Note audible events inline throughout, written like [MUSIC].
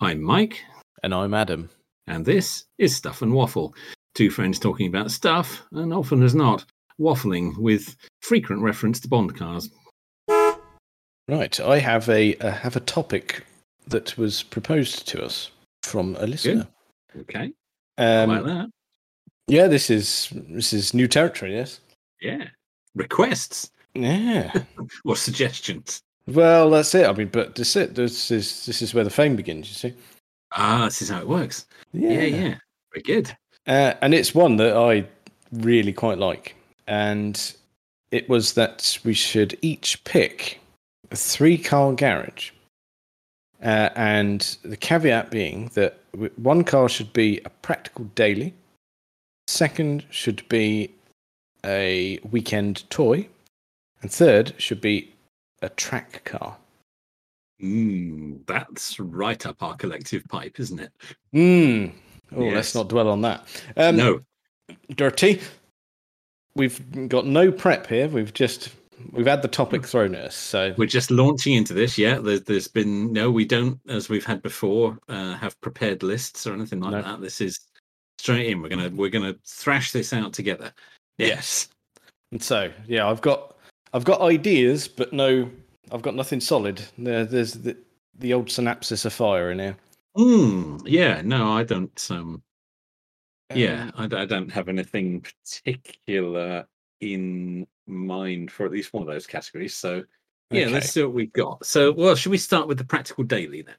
I'm Mike, And I'm Adam. and this is Stuff and Waffle. Two friends talking about stuff, and often as not, waffling with frequent reference to Bond cars. Right, I have a uh, have a topic that was proposed to us from a listener. Okay, Um, like that. yeah, this is this is new territory. Yes. Yeah. Requests Yeah. or suggestions. [LAUGHS] well, that's it. I mean, but that's it. This is this is where the fame begins. You see. Ah, this is how it works. Yeah, yeah. Very good. Uh, and it's one that I really quite like. And it was that we should each pick a three car garage. Uh, and the caveat being that w- one car should be a practical daily, second should be a weekend toy, and third should be a track car. Hmm. Mm, that's right up our collective pipe, isn't it? Mm. Oh, let's Yes. not dwell on that. Um, no. dirty. We've got no prep here. We've just we've had the Hmm. topic thrown at us. So We're just launching into this. Yeah, there's, there's been no, we don't, as we've had before, uh, have prepared lists or anything like No. that. This is straight in. We're gonna we're gonna thrash this out together. Yes. and so yeah, I've got I've got ideas, but no, I've got nothing solid. There, there's the the old synapses of fire in here. Mm, yeah. No, I don't. Um, yeah, Um, I, d- I don't have anything particular in mind for at least one of those categories. So yeah, let's okay. see what we've got. So well, should we start with the practical daily then?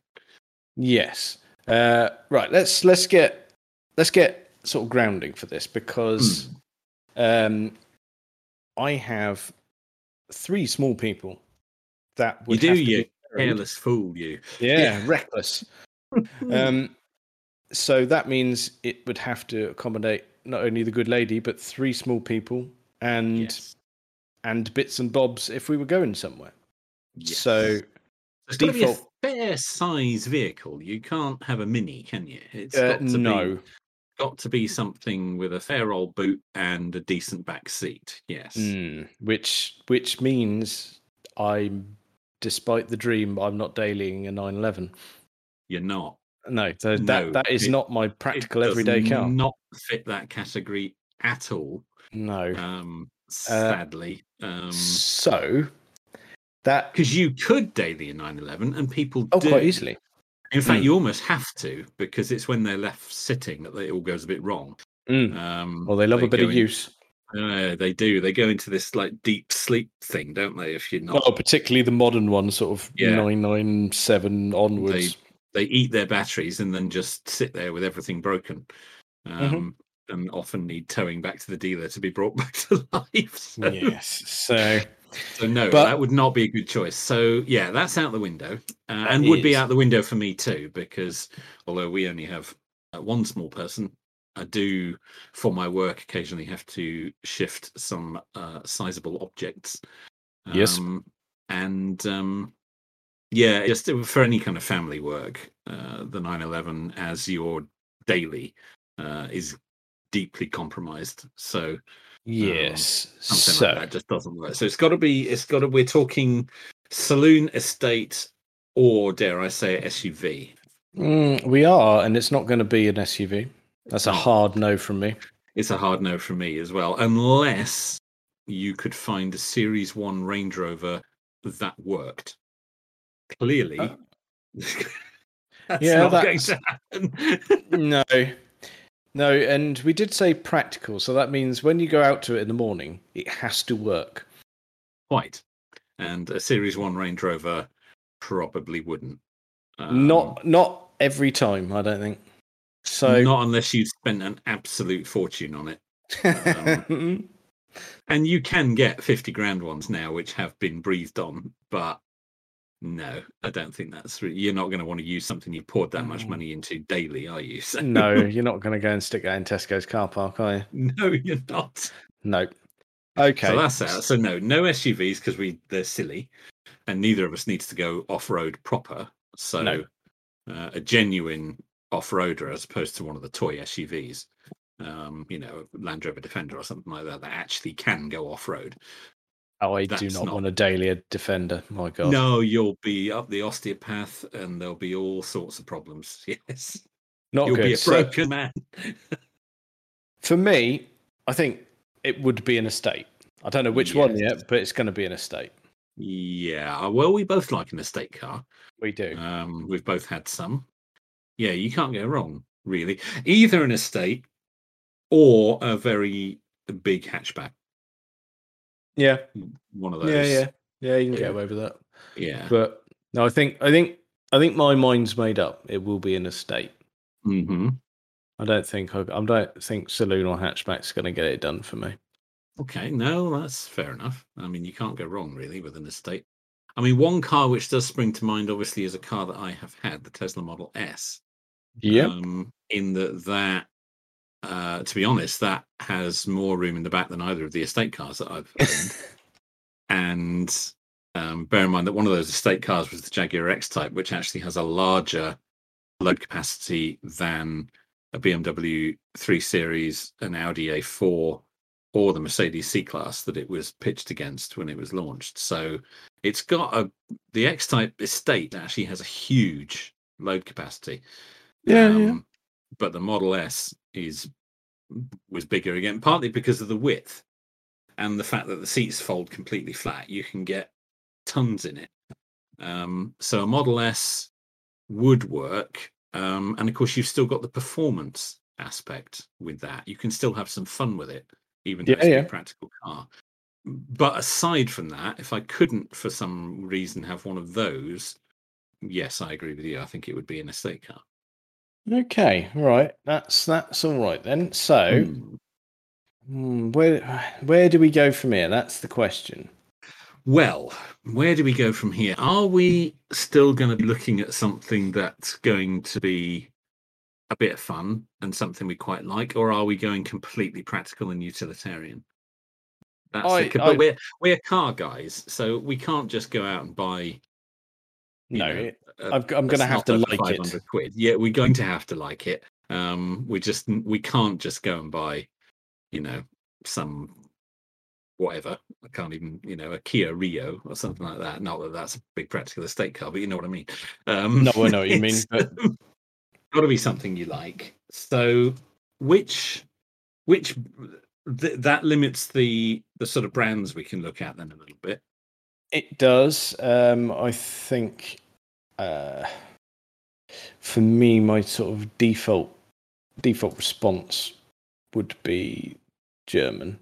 Yes. Uh, right. Let's let's get let's get sort of grounding for this because Hmm. um, I have three small people that would do, have to you be carried. Careless fool, you. yeah, reckless. Mm. Um, so that means it would have to accommodate not only the good lady but three small people and Yes. and bits and bobs if we were going somewhere. Yes. So It's got to be a Default- fair size vehicle. You can't have a mini, can you? It's uh, got to no, be got to be something with a fair old boot and a decent back seat. Yes. Mm, which which means I'm, despite the dream, I'm not dailying a 911. You're not. No, so No, that that is it- not my It practical does everyday car. Not fit that category at all. no, Um Uh, sadly. Um so that because you could daily a 911 and people oh do. quite easily. In fact, Mm. you almost have to because it's when they're left sitting that it all goes a bit wrong. Mm. Um, Well, they love a bit go of in- use. Uh, they do. They go into this like deep sleep thing, don't they? If you're not, Oh, particularly the modern one, sort of Yeah. 997 onwards. they eat their batteries and then just sit there with everything broken, um, and often need towing back to the dealer to be brought [LAUGHS] back to life. So, [LAUGHS] yes. [LAUGHS] Oh, So, so no, But- that would not be a good choice. So yeah, that's out the window, uh, That and would be is. out the window for me too because although we only have uh, one small person. I do, for my work, occasionally have to shift some uh, sizable objects Yes. Um, and um, yeah, just for any kind of family work, uh, the 911 as your daily uh, is deeply compromised. So yes. something so, like that just doesn't work. So it's got to be, it's got to, we're talking saloon estate or dare I say SUV. mm, we are, and it's not going to be an SUV. That's a No. hard no [LAUGHS] from me. It's a hard no for me as well, unless you could find a Series 1 Range Rover that worked. Clearly. Uh, [LAUGHS] That's yeah, not that's- going to happen. [LAUGHS] No. No, and we did say practical. So that means when you go out to it in the morning, it has to work. Quite. And a Series 1 Range Rover probably wouldn't. Oh. Um, not not every time, I don't think. So, [LAUGHS] not unless you spent an absolute fortune on it. um, And you can get 50 grand ones now, which have been breathed on, but no, I don't think that's re- you're not going to want to use something you poured that much Mm. money into daily, are you? [LAUGHS] So, no, you're not going to go and stick that in Tesco's car park, are you? no, you're not. No. Okay. So that's out. So no, no SUVs because we they're silly, and neither of us needs to go off road proper. So No. uh, a genuine off roader as opposed to one of the toy SUVs, um, you know, Land Rover Defender or something like that that actually can go off road. Oh, I do That's not, not- want a Dahlia defender. My God. No, you'll be up the osteopath, and there'll be all sorts of problems. [LAUGHS] Yes, not you'll good. be a So- broken man. For me, I think it would be an estate. I don't know which one Yes. yet, but it's going to be an estate. Yeah, well, we both like an estate car. We do. Um, we've both had some. Yeah, you can't go wrong, really. Either an estate or a very big hatchback. yeah, One of those. yeah, yeah, yeah. You can Yeah. get away with that. Yeah. But no, I think, I think, I think my mind's made up. It will be an estate. hmm I don't think I, I don't think saloon or hatchback's going to get it done for me. Okay. No, that's fair enough. I mean, you can't go wrong, really, with an estate. I mean, one car which does spring to mind, obviously, is a car that I have had, the Tesla Model S. um, in that that uh, to be honest that has more room in the back than either of the estate cars that i've owned and um, bear in mind that one of those estate cars was the jaguar x type which actually has a larger load capacity than a bmw 3 series an audi a4 or the mercedes c class that it was pitched against when it was launched so it's got a the x type estate actually has a huge load capacity yeah, yeah. um, But the Model S is was bigger again, partly because of the width and the fact that the seats fold completely flat. You can get tons in it. Um, so a Model S would work, um, and of course you've still got the performance aspect with that. You can still have some fun with it, even though Yeah, it's not yeah. a practical car. But aside from that, if I couldn't for some reason have one of those, yes, I agree with you. I think it would be an estate car. Okay, all right. That's that's all right then. So, Hmm. hmm, where where do we go from here? That's the question. Well, where do we go from here? Are we still going to be looking at something that's going to be a bit of fun and something we quite like, or are we going completely practical and utilitarian? That's I- the, ca- I- but we're we're car guys, so we can't just go out and buy. you No, know, it, a- I've, I'm a going to have to snob for like it. 500 Quid. Yeah, we're going to have to like it. Um, we just we can't just go and buy, you know, some whatever. I can't even, you know, a Kia Rio or something like that. Not that that's a big practical estate car, but you know what I mean. Um, [LAUGHS] [LAUGHS] No, I know what you mean. it's But got to be something you like. So, which which th- that limits the the sort of brands we can look at then a little bit. it does. Um, I think uh, for me, my sort of default default response would be German.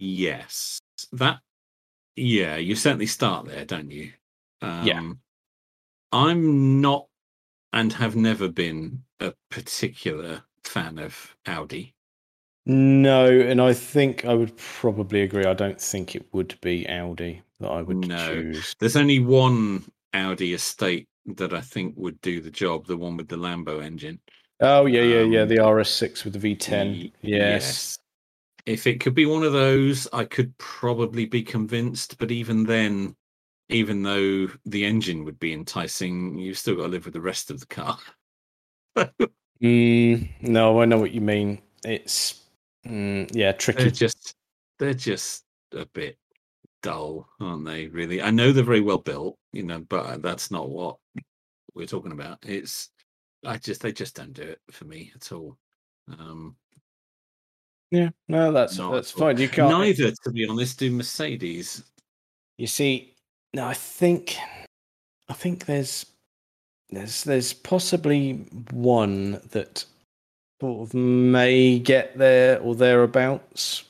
Yes, that. Yeah, you certainly start there, don't you? Um, Yeah. I'm not, and have never been a particular fan of Audi. No, and I think I would probably agree. I don't think it would be Audi that I would No. choose. There's only one Audi estate that I think would do the job, the one with the Lambo engine. Oh yeah, yeah, yeah. Um, The RS6 with the V10. Y- Yes. If it could be one of those, I could probably be convinced. But even then, even though the engine would be enticing, you've still got to live with the rest of the car. Mm, no, I know what you mean. It's mm, yeah, tricky. They're just they're just a bit dull, aren't they? Really, I know they're very well built, you know, but uh, that's not what we're talking about. It's I just they just don't do it for me at all. Um, yeah, no, that's Not that's at all. fine. You can't. Neither, to be honest, do Mercedes. You see, no, I think, I think there's, there's, there's possibly one that sort of may get there or thereabouts.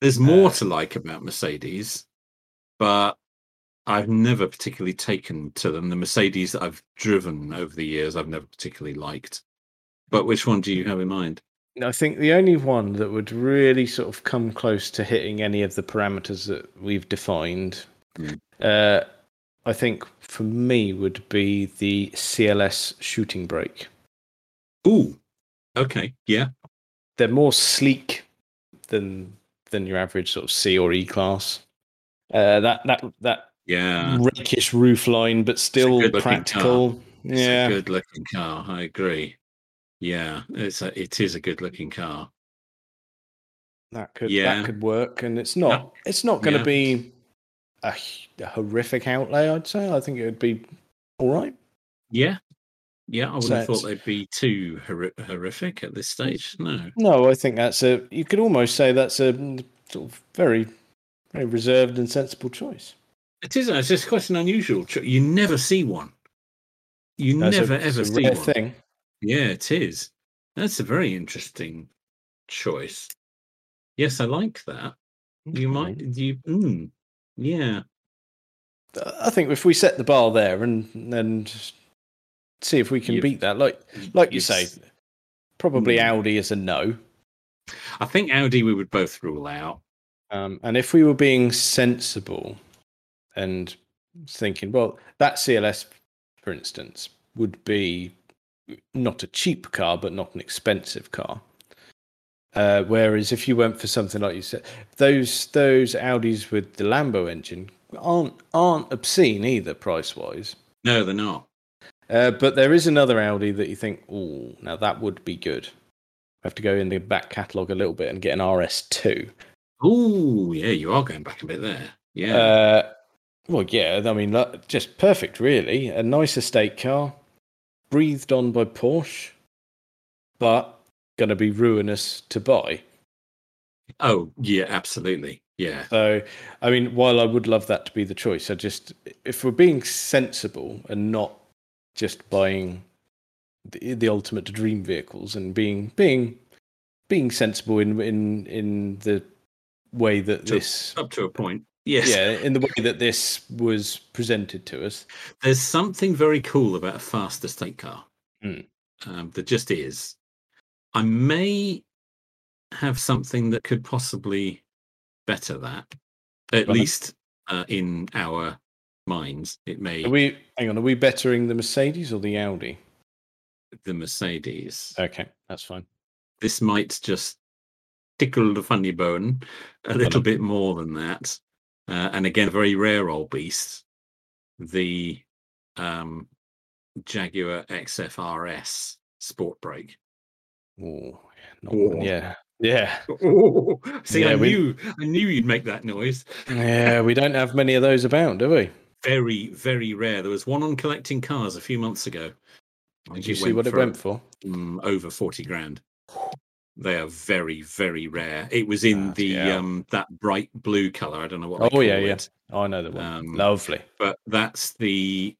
There's more Uh, to like about Mercedes, but I've never particularly taken to them. The Mercedes that I've driven over the years, I've never particularly liked. But which one do you have in mind? I think the only one that would really sort of come close to hitting any of the parameters that we've defined, Mm. uh, I think for me would be the CLS shooting brake. Ooh, okay, yeah. They're more sleek than than your average sort of C or E class. Uh, that that that Yeah, rakish roof line, but still good-looking car. practical. it's Yeah, a good looking car. I agree. Yeah, it's a, it is a good looking car. that could Yeah. that could work, and it's not it's not going to yeah. be a, h- a horrific outlay, I'd say. I think it would be all right. Yeah. Yeah, I would So have it's- thought they'd be too horri horrific at this Mm. stage. No. No, I think that's a. You could almost say that's a sort of very, very reserved and sensible choice. It isn't. It's just quite an unusual. Tr- you never see one. You That's a- never it's ever a see rare one. thing. Yeah, it is. That's a very interesting choice. Yes, I like that. You might. You. Mm, yeah. I think if we set the bar there and and see if we can You- beat that, like like you You've say, s- probably Hmm. Audi is a no. I think Audi we would both rule out. Um, and if we were being sensible and thinking, well, that CLS, for instance, would be not a cheap car, but not an expensive car. Uh, whereas if you went for something like you said, those those Audis with the Lambo engine aren't aren't obscene either price wise. No, they're not. Uh, but there is another Audi that you think, oh, now that would be good. I have to go in the back catalogue a little bit and get an RS2. Oh, yeah. You are going back a bit there. Yeah. Uh, well, yeah, I mean, lo- just perfect, really. A nice estate car, breathed on by Porsche, but going to be ruinous to buy. oh, yeah. Absolutely. Yeah. So, I mean, while I would love that to be the choice, I just, if we're being sensible and not just buying the, the ultimate dream vehicles and being being being sensible in in in the way that Sure. this Up to a point. Yes. yeah in the way that this was presented to us There's something very cool about a fast estate car. Mm. Um, there just is. I may have something that could possibly better that, at Right. least uh, in our minds. It may Are we hang on? Are we bettering the Mercedes or the Audi? the Mercedes. Okay, that's fine. this might just tickle the funny bone a little bit more than that. Uh, and again, a very rare old beast, the um, Jaguar XFRS Sport Brake. [LAUGHS] Ooh, not- Ooh. yeah, yeah, Oh, see, I Yeah, we- knew I knew you'd make that noise. yeah. We don't have many of those about, do we? Very, very rare. There was one on collecting cars a few months ago. Did you see what it for went for? mm, over 40 grand. They are very, very rare. It was in Ah, the yeah. um that bright blue color. I don't know what. Oh, They call yeah, yeah. it, Oh, I know the one. Um, Lovely. But that's the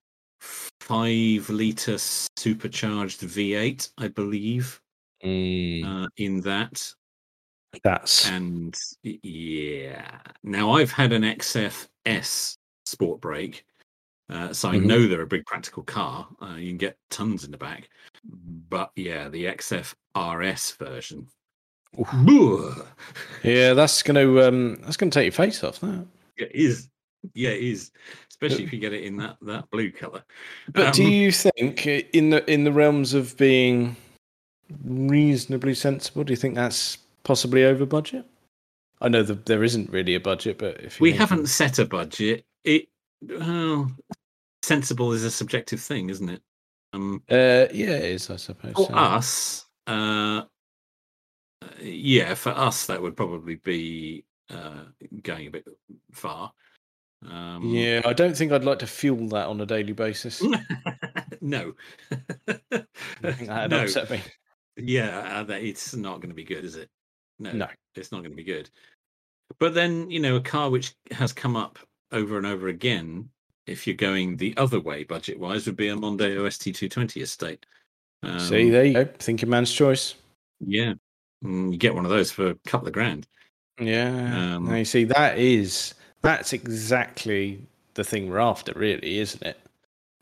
five liter supercharged V8, I believe, Mm, uh, in that. that's And y- yeah, now I've had an XFS Sport Brake, uh, so I Mhm. know they're a big practical car. Uh, you can get tons in the back, but yeah, the XFRS version. Boo! yeah. That's gonna um, that's gonna take your face off. That. It is, yeah, it is. Especially if you get it in that that blue color. But do you think uh, in the in the realms of being reasonably sensible, do you think that's possibly over budget? I know that there isn't really a budget, but if you we think- haven't set a budget. It well, sensible is a subjective thing, isn't it? Um, Uh, yeah, it is, I suppose. for so. us, uh, uh, yeah, for us that would probably be uh, going a bit far. Um, yeah, I don't think I'd like to fuel that on a daily basis. [LAUGHS] no. [LAUGHS] I think [LAUGHS] that'd no. upset me. Yeah, uh, that- it's not going to be good, is it? No, No. it's not going to be good. But then, you know, a car which has come up over and over again, if you're going the other way budget wise, would be a Mondeo ST220 estate. Um, See, there you go. Thinking man's choice. yeah, Mm, you get one of those for a couple of grand. Yeah. Um, now you see, that is that's exactly the thing we're after, really, isn't it?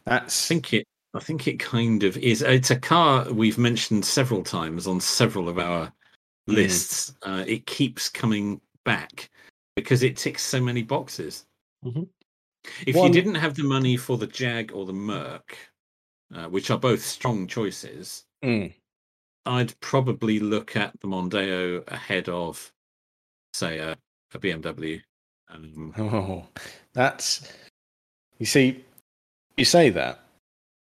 I That's think it. I think it kind of is. It's a car we've mentioned several times on several of our Mm. lists. Uh, it keeps coming back because it ticks so many boxes. Mm-hmm. Mhm. If One- you didn't have the money for the Jag or the Merc, uh, which are both strong choices, Mm, I'd probably look at the Mondeo ahead of, say, a, a BMW. Um, [LAUGHS] oh, that's you see, you say that,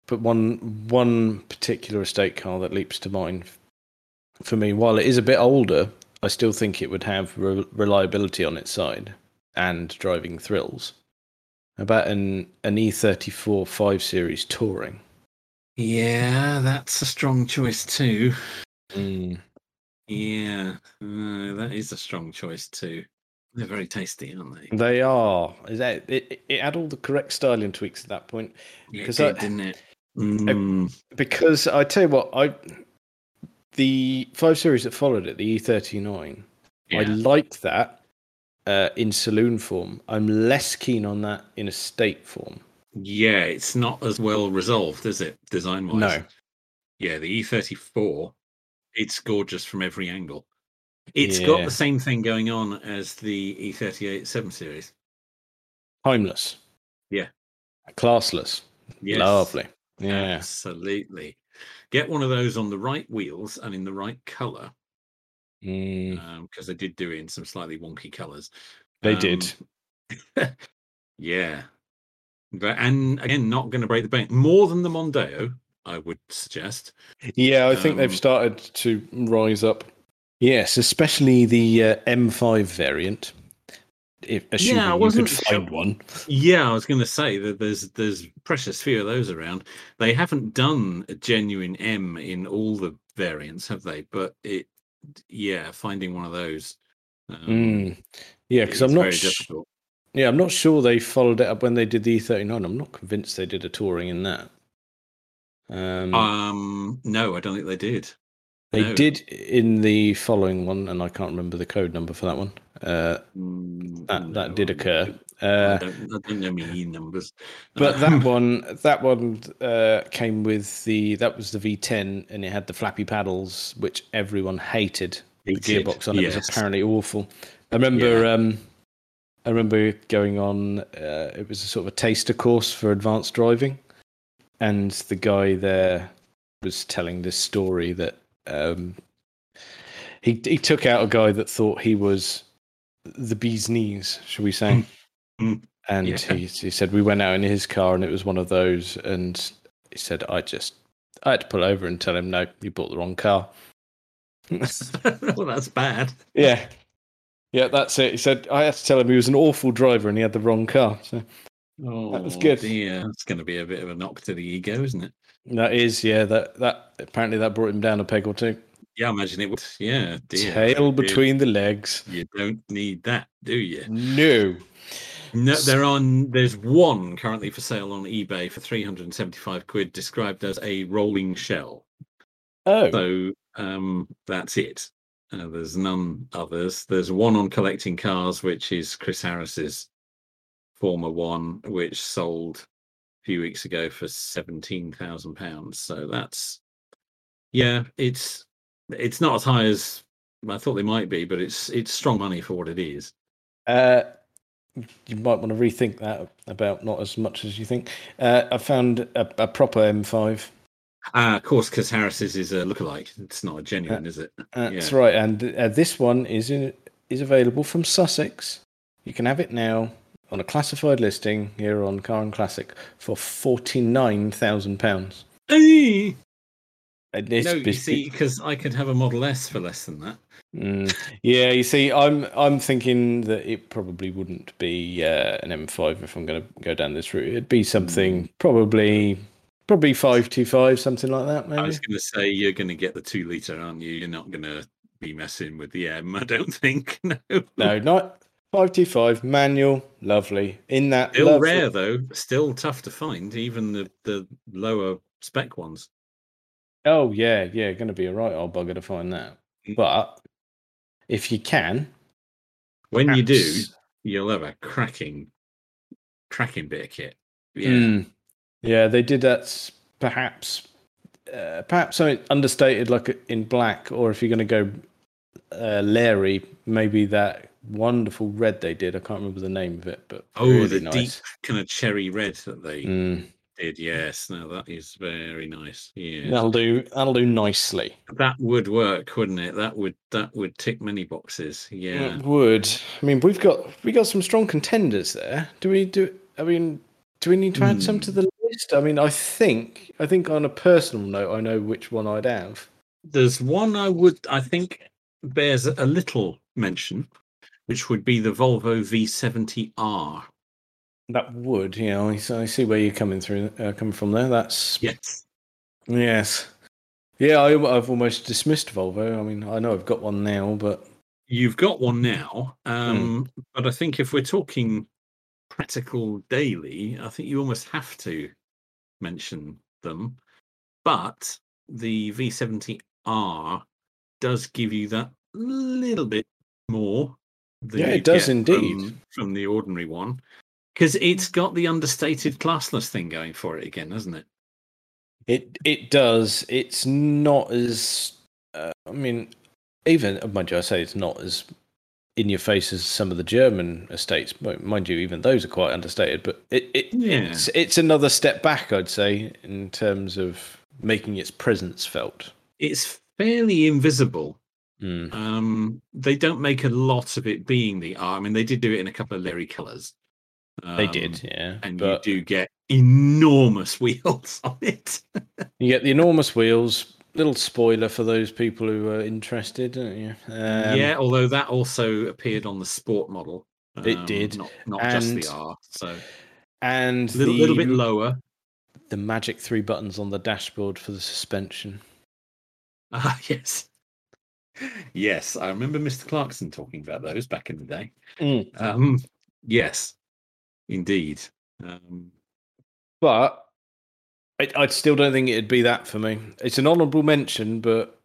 but one one particular estate car that leaps to mind for me, while it is a bit older, I still think it would have re- reliability on its side and driving thrills. about an an E34 5 Series touring. Yeah, that's a strong choice too. Mm. Yeah, no, that is a strong choice too. They're very tasty, aren't they? They are. Is that it, it had all the correct styling tweaks at that point Yeah, it 'Cause did, I- didn't it? Mm, because I tell you what I the 5 Series that followed it, the E39. I yeah. like that uh, in saloon form. I'm less keen on that in estate form. Yeah, it's not as well resolved, is it, design wise? No. Yeah, the E34, it's gorgeous from every angle. It's got Yeah. the same thing going on as the E38 7 Series. Timeless. Yeah. Classless. Yes, Lovely. Yeah. Absolutely. Get one of those on the right wheels and in the right color, Mm, because they did do it in some slightly wonky colors. they Um, did. [LAUGHS] Yeah. But, and again, not going to break the bank more than the Mondeo, I would suggest. Yeah, I think um, they've started to rise up. Yes, especially the uh, M5 variant. If, assuming I you wasn't could sure- find one. Yeah, I was going to say that there's there's precious few of those around. They haven't done a genuine M in all the variants, have they? But it, yeah, finding one of those. Um, Mm. Yeah, because I'm is not. very Sh- difficult. yeah, I'm not sure they followed it up when they did the E39. I'm not convinced they did a touring in that. Um, Um, no, I don't think they did. They No. did in the following one, and I can't remember the code number for that one. Uh, Mm, that that no, did I- occur, I uh, don't, I don't know me E numbers. [LAUGHS] but that one that one uh, came with the that was the V10, and it had the flappy paddles, which everyone hated. The Hated, gearbox on it was yes. apparently awful. I remember. Um, I remember going on. Uh, it was a sort of a taster course for advanced driving, and the guy there was telling this story that um, he he took out a guy that thought he was the bee's knees, shall we say? Mm. and Yeah. he he said we went out in his car, and it was one of those. And he said I just I had to pull over and tell him no, you bought the wrong car. [LAUGHS] well, that's bad. Yeah. Yeah, that's it. He said I had to tell him he was an awful driver and he had the wrong car. So Oh, was good. Dear. That's going to be a bit of a knock to the ego, isn't it? that is, yeah, that that apparently that brought him down a peg or two. Yeah, I imagine it would. Yeah, dear. Tail dear. between the legs. You don't need that, do you? No. No, there are. n- There's one currently for sale on eBay for 375 quid, described as a rolling shell. Oh. So um, that's it. Uh, there's none others. There's one on collecting cars, which is Chris Harris's former one, which sold a few weeks ago for seventeen thousand pounds. So that's yeah, it's it's not as high as I thought they might be, but it's it's strong money for what it is. Uh, you might want to rethink that about not as much as you think. Uh, I found a, a proper M5. Uh, of course, because Harris's is a lookalike. It's not a genuine, is it? [LAUGHS] That's Yeah. right, and uh, this one is in, is available from Sussex. You can have it now on a classified listing here on Car and Classic for forty nine thousand pounds. Eh, And no, you see, because I could have a Model S for less than that. Mm, yeah, you see, I'm I'm thinking that it probably wouldn't be uh, an M5 if I'm going to go down this route. It'd be Mm. something probably probably five two five, something like that, I maybe. was going to say you're going to get the two liter, aren't you? You're not going to be messing with the M. [LAUGHS] I don't think. No, No, not five two five manual, lovely. In that still lovely- rare though. Still tough to find, even the the lower spec ones. Oh yeah, yeah, going to be a right old bugger to find that. Mm. But if you can, When you do, abs- you'll have a cracking, cracking bit of kit. Yeah, Mm. yeah, they did that s- perhaps, uh, perhaps something understated like uh, in black, or if you're going to go uh, Larry, maybe that wonderful red they did. I can't remember the name of it, but Oh, really the nice. kind of cherry red that they Mm. did. Yes, no, that is very nice. Yeah, That'll do. That'll do nicely. that would work, wouldn't it? That would that would tick many boxes. Yeah. It would. I mean, we've got we got some strong contenders there. Do we do? I mean, do we need to add Hmm. some to the list? I mean, I think I think on a personal note, I know which one I'd have. There's one I would, I think, bears a little mention, which would be the Volvo V70R. That would, you know, I I see where you're coming through, uh, coming from there. That's Yes. yes, yeah. I, I've almost dismissed Volvo. I mean, I know I've got one now, but You've got one now. Hmm. Um, But I think if we're talking practical daily, I think you almost have to mention them. But the V70R does give you that little bit more. than Yeah, it you does get indeed. From, from the ordinary one. Because it's got the understated classless thing going for it again, hasn't it? It it does. It's not as. Uh, I mean, even uh, mind you, I say it's not as in your face as some of the German estates. Mo- Mind you, even those are quite understated. But it, it Yeah. it's, it's another step back, I'd say, in terms of making its presence felt. It's fairly invisible Mm. Um, they don't make a lot of it being the R. I mean, they did do it in a couple of Larry colours. They um, did, yeah. and but you do get enormous [LAUGHS] wheels on it. you get the enormous wheels. Little spoiler for those people who are interested. don't you? Um, yeah, although that also appeared on the sport model. Um, It did, not, not just and the R. So and a little, little bit the- lower. [LAUGHS] the magic three buttons on the dashboard for the suspension. Ah, yes, yes, I remember Mr. Clarkson talking about those back in the day. Mm. Um, yes, indeed. Um, But I, I still don't think it'd be that for me. It's an honourable mention, but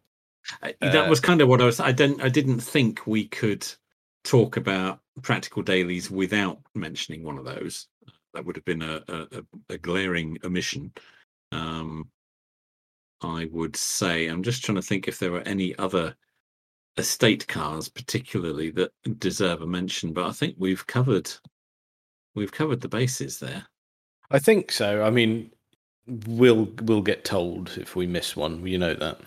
I- that Uh, was kind of what I was. I didn't. I didn't think we could talk about practical dailies without mentioning one of those. That would have been a a, a- a glaring omission. Um, I would say. I'm just trying to think if there are any other estate cars, particularly that deserve a mention. But I think we've covered we've covered the bases there. I think so. I mean, we'll we'll get told if we miss one. You know that.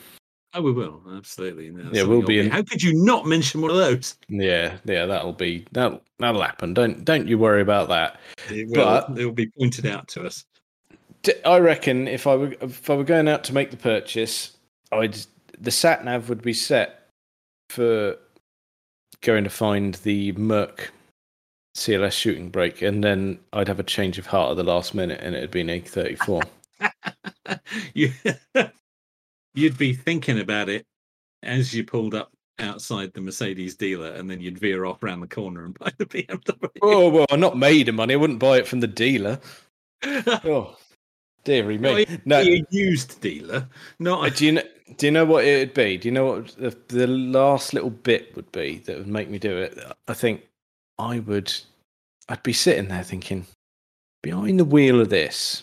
Oh, we will absolutely. No, Yeah, something we'll be obvious. in- How could you not mention one of those? Yeah, yeah. That'll be that. That'll happen. Don't don't you worry about that. It will. But- it will be pointed out to us. D- I reckon if I were if I were going out to make the purchase, I'd the sat nav would be set for going to find the Merc CLS shooting break, and then I'd have a change of heart at the last minute, and it'd be an A34. [LAUGHS] you you'd be thinking about it as you pulled up outside the Mercedes dealer, and then you'd veer off round the corner and [LAUGHS] buy the BMW. [LAUGHS] oh well, I'm not made of money. I wouldn't buy it from the dealer. [LAUGHS] Oh, dearie me. No, Be a used dealer, not [LAUGHS] a, Uh, do you know? Do you know what it'd be? Do you know what the, the last little bit would be that would make me do it? I think I would. I'd be sitting there thinking, behind the wheel of this,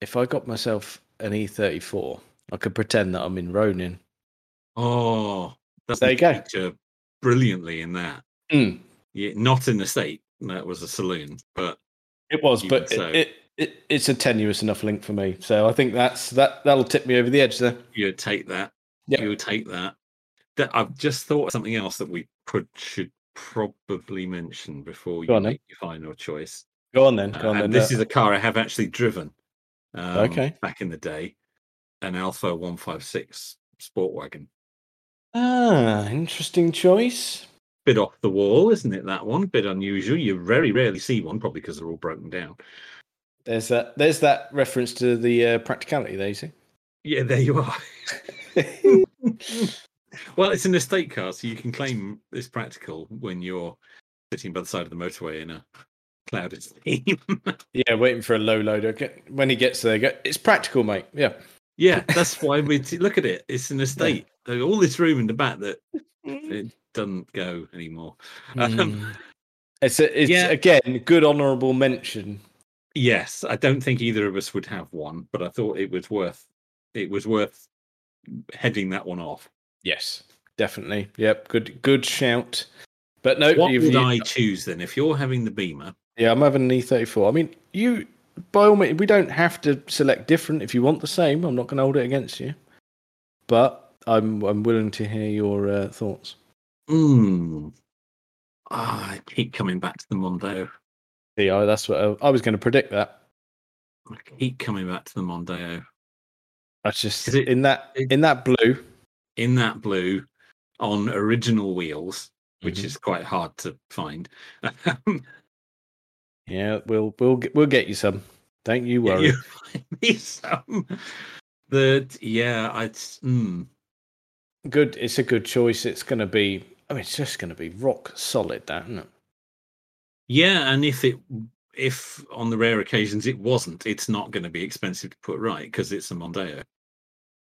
if I got myself an E34, I could pretend that I'm in Ronin. oh. That's There you go. Feature brilliantly in that. Mm, Yeah, not in the state. That was a saloon, but it was, You but would say. it, it, it, it's a tenuous enough link for me. So I think that's that. That'll tip me over the edge there. you'd take that. Yep. You'll take that. That I've just thought of something else that we could should probably mention before you on then. make your final choice. Go on then. Uh, Go on then. and this no. is a car I have actually driven. Um, Okay. Back in the day, an Alpha 156 sport wagon. ah, interesting choice. Bit off the wall, isn't it? That one, bit unusual. You very rarely see one, probably because they're all broken down. There's that. There's that reference to the uh, practicality. There you see. Yeah, there you are. [LAUGHS] [LAUGHS] well, it's an estate car, so you can claim it's practical when you're sitting by the side of the motorway in a clouded steam. [LAUGHS] yeah, waiting for a low loader. Get, when he gets there, go, it's practical, mate. Yeah. yeah, that's why we t- look at it. It's an estate. There's All this room in the back that it doesn't go anymore. Um, Mm. it's a, it's yeah. again good honourable mention. Yes, I don't think either of us would have one, but I thought it was worth it was worth heading that one off. Yes, definitely. Yep. Good. Good shout. But no, What you've- would you- I choose then? If you're having the Beamer, yeah, I'm having an E34. I mean, you by all means, we don't have to select different. If you want the same, I'm not going to hold it against you. But I'm I'm willing to hear your uh, thoughts. mm, ah, I keep coming back to the Mondeo. Yeah, that's what I, I was going to predict that. I keep coming back to the Mondeo That's just 'Cause it- in that it- in that blue. in that blue on Mm-hmm. original wheels, which Mhm. [LAUGHS] is quite hard to find. Yeah, we'll we'll get, we'll get you some. Don't you Yeah, worry. you find me some. That yeah, I mm, [LAUGHS] Good. It's a good choice. It's going to be. I mean, it's just going to be rock solid, that isn't it? yeah, and if it if on the rare occasions it wasn't, it's not going to be expensive to put right because it's a Mondeo.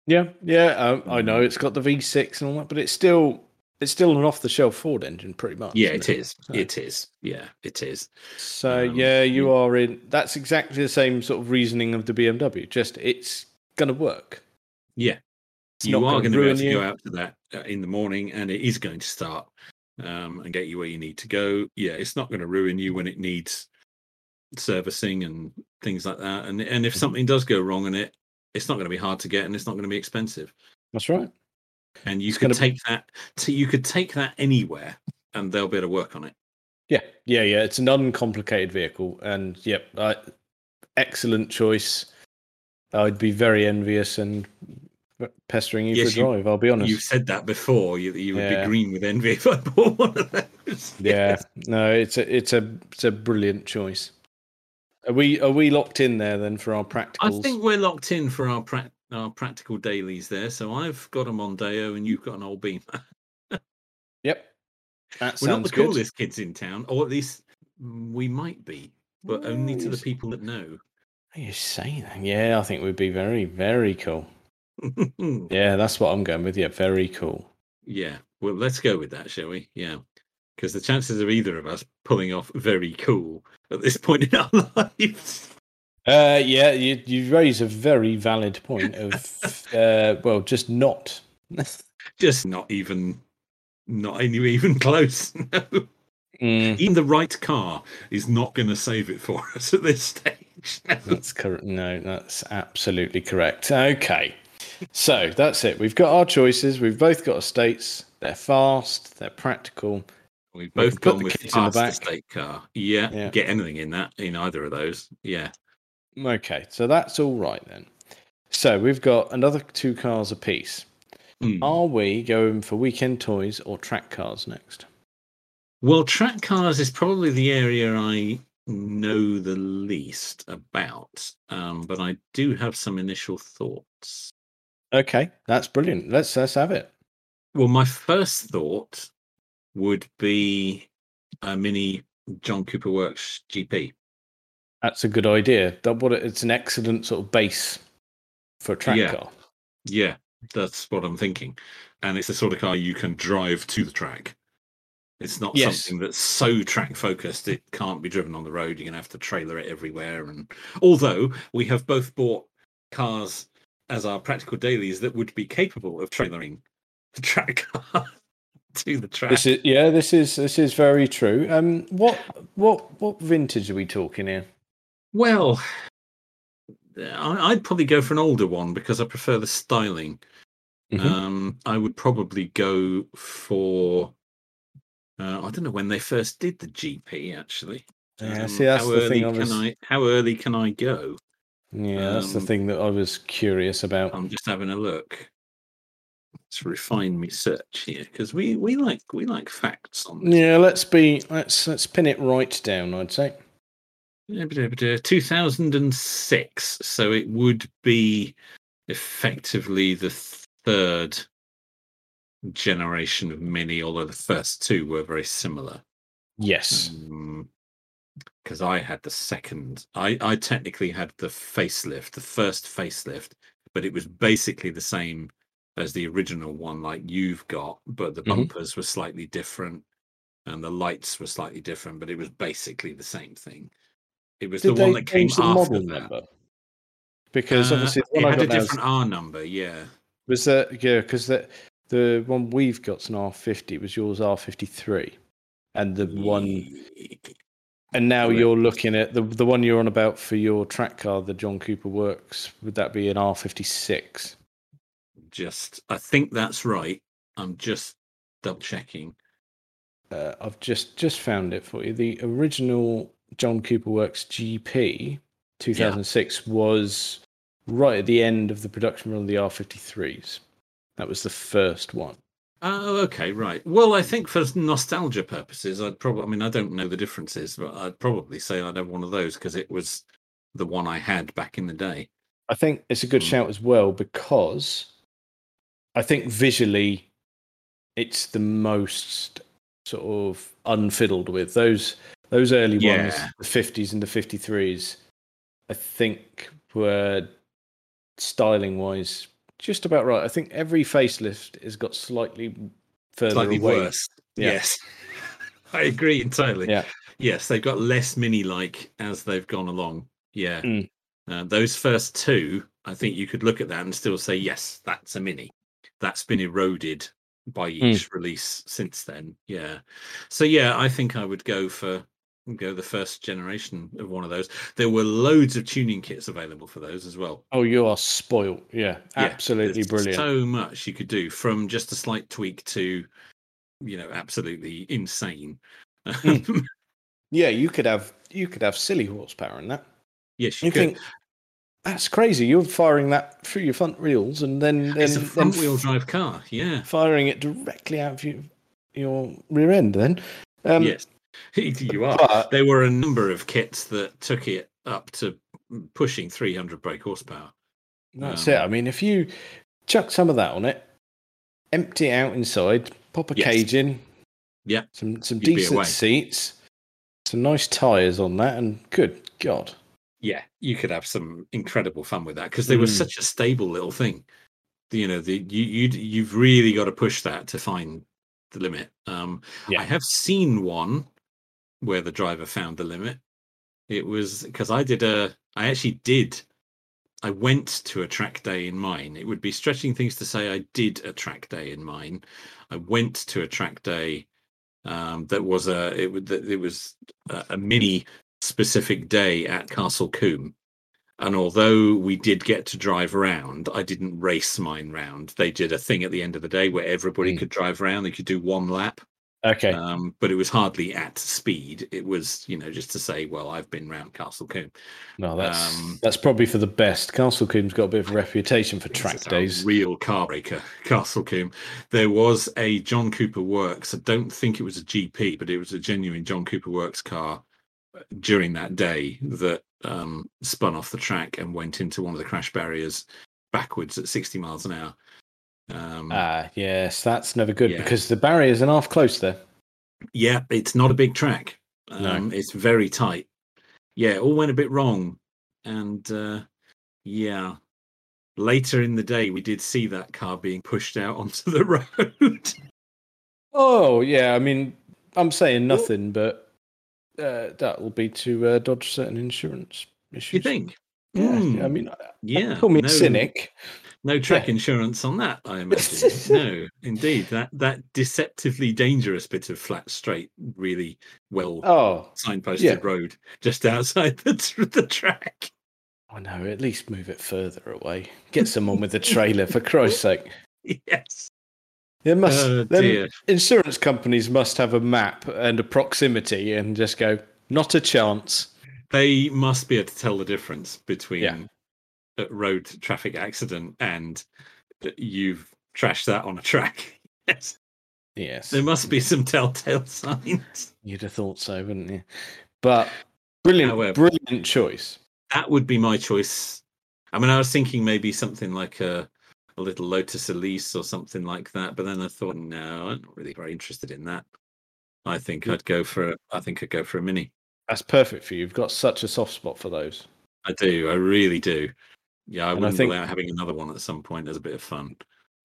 Yeah, yeah. Um, I know it's got the V6 and all that, but it's still it's still an off the shelf Ford engine, pretty much. Yeah, it isn't is. So- It is. Yeah, it is. So Um, yeah, you yeah. are in. That's exactly the same sort of reasoning of the BMW. Just it's going to work. Yeah. It's you not are gonna going to be ruin able to you. go out to that uh, in the morning and it is going to start um, and get you where you need to go yeah it's not going to ruin you when it needs servicing and things like that and and if Mhm. something does go wrong in it it's not going to be hard to get and it's not going to be expensive That's right. and you It's can gonna- take that to you could take that anywhere and they'll be able to work on it Yeah, yeah, yeah. It's an uncomplicated vehicle, and yep, I, excellent choice. I'd be very envious and pestering you Yes, for a you- drive. I'll be [LAUGHS] honest. you've said that before you, you would Yeah. be green with envy if i bought one of those [LAUGHS] Yeah, no, it's a it's a it's a brilliant choice. Are we are we locked in there then for our I practicals? think we're locked in for our prac our practical dailies there. So I've got a Mondeo and you've got an old Beamer. [LAUGHS] Yep, that We're not the sounds good. coolest kids in town, or at least mm, we might be, but only to the Yes. people that [LAUGHS] know. Are you saying that? Yeah, I think we'd be very very cool. Yeah, that's what I'm going with. Yeah, very cool. yeah. Well, let's go with that, shall we? Yeah. Because the chances of either of us pulling off very cool at this [LAUGHS] point in our lives. Uh, yeah, you you raise a very valid point of uh, well, just not. Just not even, not anywhere even close. [LAUGHS] No. [LAUGHS] Mm, Even the right car is not going to save it for [LAUGHS] us at this stage. No. that's correct. No, that's absolutely correct. Okay, so that's it. We've got our choices. We've both got estates. They're fast. They're practical. [LAUGHS] We've We both can put gone the with kids in the fast back. estate car. Yeah, Yeah. get anything in that in either of those. Yeah, Okay, so that's all right then. So we've got another two cars apiece. Hmm. Are we going for weekend toys or track cars next? Well, track cars is probably the area I know the least about, um, but I do have some initial thoughts. Okay, that's brilliant. Let's let's have it. Well, my first thought would be a mini John Cooper Works GP. That's a good idea. That what it's an excellent sort of base for a track Yeah. car. Yeah, that's what I'm thinking. And it's the sort of car you can drive to the track. It's not Yes. something that's so track focused it can't be driven on the road. You're gonna have to trailer it everywhere. And although we have both bought cars as our practical dailies that would be capable of trailering the track [LAUGHS] car to the track. This is yeah, this is this is very true. Um what what what vintage are we talking here? Well, uh, I, I'd probably go for an older one because I prefer the styling. Mhm. Um, I would probably go for. Uh, I don't know when they first did the GP. Actually, yeah, Um, see that's how the early thing I was can I? How early can I go? Yeah, that's the um, thing that I was curious about. I'm just having a look. Let's refine my search here because we we like we like facts on this. yeah, let's be let's let's pin it right down, I'd say. 2006, so it would be effectively the third generation of Mini, although the first two were very similar. Yes. because Um, I had the second. I I technically had the facelift, the first facelift, but it was basically the same as the original one, like you've got, but the Mhm. bumpers were slightly different, and the lights were slightly different, but it was basically the same thing. It was the one that came change after that. Because Uh, obviously the it one I had a got now is- different R number. Yeah, was that yeah, because the the one we've got's an R fifty was yours R fifty three, and the one and now Correct. you're looking at the the one you're on about for your track car, the John Cooper Works. Would that be an R fifty six? Just, I think that's right. I'm just double checking. Uh, I've just just found it for you. The original John Cooper Works GP two thousand six was right at the end of the production run of the R fifty threes. That was the first one. Oh, okay, right. Well, I think for nostalgia purposes, I'd probably, I mean, I don't know the differences, but I'd probably say I'd have one of those because it was the one I had back in the day. I think it's a good Mm. shout as well because I think visually it's the most sort of unfiddled with those those early ones, Yeah. the fifties and the fifty threes. I think were styling wise just about right. I think every facelift has got slightly further Slightly away. worse. Yeah. Yes. [LAUGHS] I agree entirely. Yeah. Yes, they've got less mini like as they've gone along. Yeah. Mm. Uh, those first two, I think you could look at that and still say, yes, that's a mini. That's been eroded by Mm. each release since then. Yeah. So yeah, I think I would go for go the first generation of one of those. There were loads of tuning kits available for those as well. Oh, you are spoilt. Yeah, Yeah, absolutely there's brilliant. So much you could do from just a slight tweak to, you know, absolutely insane. Hmm. Um, yeah, you could have you could have silly horsepower in that. [LAUGHS] yes, you, You could. think that's crazy. You're firing that through your front wheels and then then, it's a then front wheel drive car. Yeah. firing it directly out of your, your rear end. Then, um, yes. [LAUGHS] you are. but There were a number of kits that took it up to pushing 300 brake horsepower. that's um, it. I mean, if you chuck some of that on it, empty it out inside, pop a Yes. cage in, Yeah. some some You'd be away. decent seats, some nice tires on that, and good god, Yeah, you could have some incredible fun with that because they were Mm. such a stable little thing. You know, the, you you you've really got to push that to find the limit. Um, Yeah. I have seen one where the driver found the limit. It was because I did a, I actually did, I went to a track day in mine. It would be stretching things to say I did a track day in mine. I went to a track day um, that was a, it, would- that it was a, a mini specific day at Castle Coombe. And although we did get to drive around, I didn't race mine round. They did a thing at the end of the day where everybody Mm. could drive around. They could do one lap okay, um, but it was hardly at speed. It was, you know, just to say, well, I've been round Castle Coombe. no, that's um, that's probably for the best. Castle Coombe's got a bit of a reputation for This track is a days. real car breaker, [LAUGHS] Castle Coombe. There was a John Cooper Works. I don't think it was a GP, but it was a genuine John Cooper Works car uh, during that day that um, spun off the track and went into one of the crash barriers backwards at 60 miles an hour. Um, Ah, yes, that's never good Yeah. because the barriers are half close there. Yeah, it's not a big track. No. Um, It's very tight. Yeah, it all went a bit wrong. And uh, yeah, later in the day, we did see that car being pushed out [LAUGHS] onto the [LAUGHS] road. Oh yeah, I mean, I'm saying nothing, but uh, that will be to uh, dodge certain insurance issues. you think? Yeah, Mm, I mean, uh, yeah. call me no, a cynic. No track insurance on that, I [LAUGHS] imagine. no, indeed. That, that deceptively dangerous bit of flat, straight, really well Oh, signposted yeah. road just [LAUGHS] outside the, the track. [LAUGHS] I know. At least move it further away. Get someone with a trailer, for Christ's sake. Yes. [LAUGHS] There must Oh, them dear. insurance companies must have a map and a proximity, and just go not a chance. they must be able to tell the difference between Yeah. a road traffic accident and that you've trashed that on a track. [LAUGHS] Yes, Yes, there must be some telltale [LAUGHS] signs. you'd have thought so, wouldn't you? But brilliant, However- brilliant choice. That would be my choice. I mean, I was thinking maybe something like a, a little Lotus Elise or something like that, but then I thought, no, I'm not really very interested in that. I think Mm. I'd go for a, I think I'd go for a mini. That's perfect for you. You've got such a soft spot for those. I do, I really do. Yeah, I And I wouldn't think- rule out having another one at some point as a bit of fun.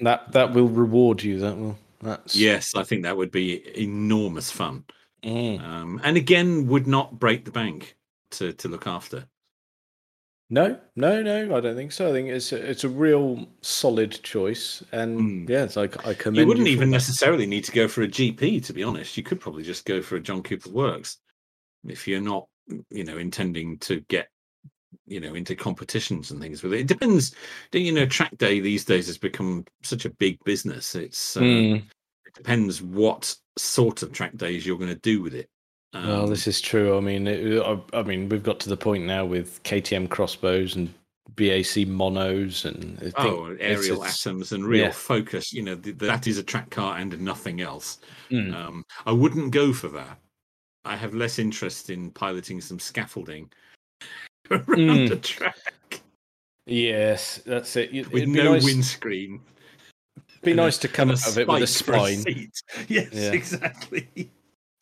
That that will reward you. That will. That's Yes, I think that would be enormous fun. Mm. Um, and again, would not break the bank to, to look after. No, no, no. I don't think so. I think it's a, it's a real solid choice, and Mm. yes, I, I commend. you wouldn't for even that. necessarily need to go for a GP, to be honest. You could probably just go for a John Cooper Works if you're not, you know, intending to get, you know, into competitions and things with it. It depends. You know, track day these days has become such a big business. It's uh, Mm. it depends what sort of track days you're going to do with it. Um, well, this is true. I mean, it, I, I mean, we've got to the point now with KTM crossbows and BAC monos and I think Oh, it's- aerial it's- atoms and real yeah. focus. You know, th- that is a track car and nothing else. Mm. Um, I wouldn't go for that. I have less interest in piloting some scaffolding [LAUGHS] around Mm. a track Yes, that's it. You- with It'd be no nice, windscreen. be and a- nice to come and out of it with a spike for spine. seat. [LAUGHS] Yes, Yeah. exactly.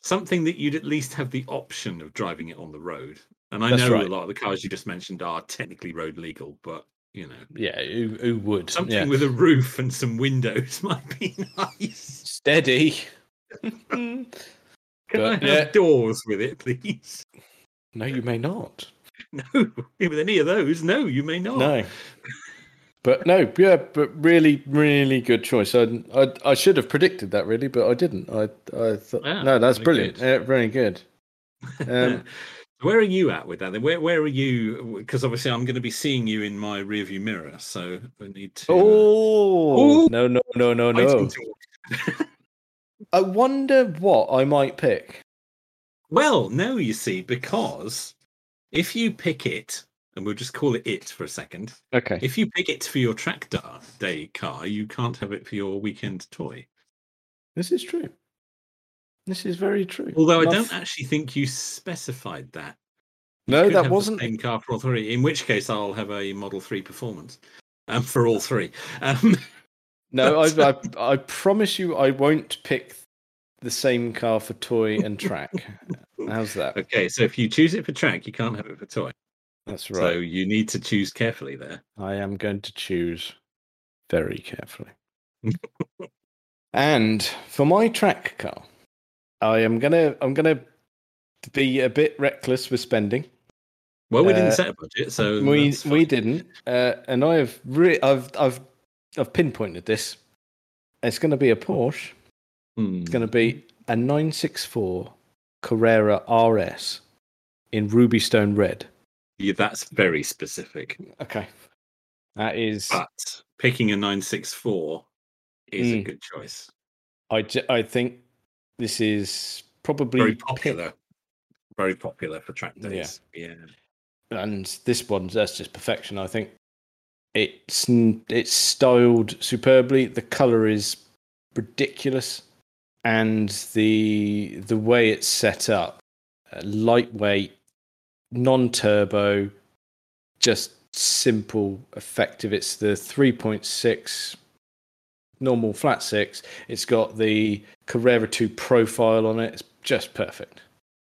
Something that you'd at least have the option of driving it on the road. And I That's know right. a lot of the cars you just mentioned are technically road legal, but you know, Yeah, who, who would? something yeah. with a roof and some windows [LAUGHS] might be nice. Steady. [LAUGHS] [LAUGHS] Can I But- have yeah. doors with it, please? [LAUGHS] no, you may not. No, with any of those, no, you may not. No. But no, yeah, but really, really good choice. I, I, I should have predicted that really, but I didn't. I, I thought, Ah, no, that's very brilliant. good. Yeah, very good. [LAUGHS] Um, Uh, [LAUGHS] Where are you at with that? Then where where are you? Because obviously I'm going to be seeing you in my rearview mirror, so I need to. uh, oh, Ooh. no, no, no, no, I no. need to- I wonder what I might pick. Well, no, you see, because if you pick it, and we'll just call it it for a second. Okay. If you pick it for your track da- day car, you can't have it for your weekend toy. This is true. This is very true. Although I And don't f- actually think you specified that. No, could have that the wasn't. same car for all three. In which case, I'll have a Model Three performance um, for all three. Um, [LAUGHS] No, I, I, That's- I promise you, I won't pick the same car for toy [LAUGHS] and track. How's that? okay, so if you choose it for track, you can't have it for toy. That's So right. you need to choose carefully there. I am going to choose [LAUGHS] very carefully. and for my track car, I am gonna, I'm gonna be a bit reckless with spending. Well, we Uh, didn't set a budget, so we that's we fine. didn't, uh, and I have re- I've I've I've pinpointed this. It's going to be a Porsche. Hmm. It's going to be a 964 Carrera RS in ruby stone red. Yeah, that's very specific. Okay, that is. But picking a nine six four is a Mm. good choice. I ju- I think this is probably Very pick- popular. Very popular for track Yeah. days. Yeah. and this one that's just perfection. I think it's n- it's styled superbly. The color is ridiculous, and the the way it's set up, uh, lightweight, non-turbo, just simple, effective. It's the three point six normal flat six. It's got the Carrera two profile on it. It's just perfect.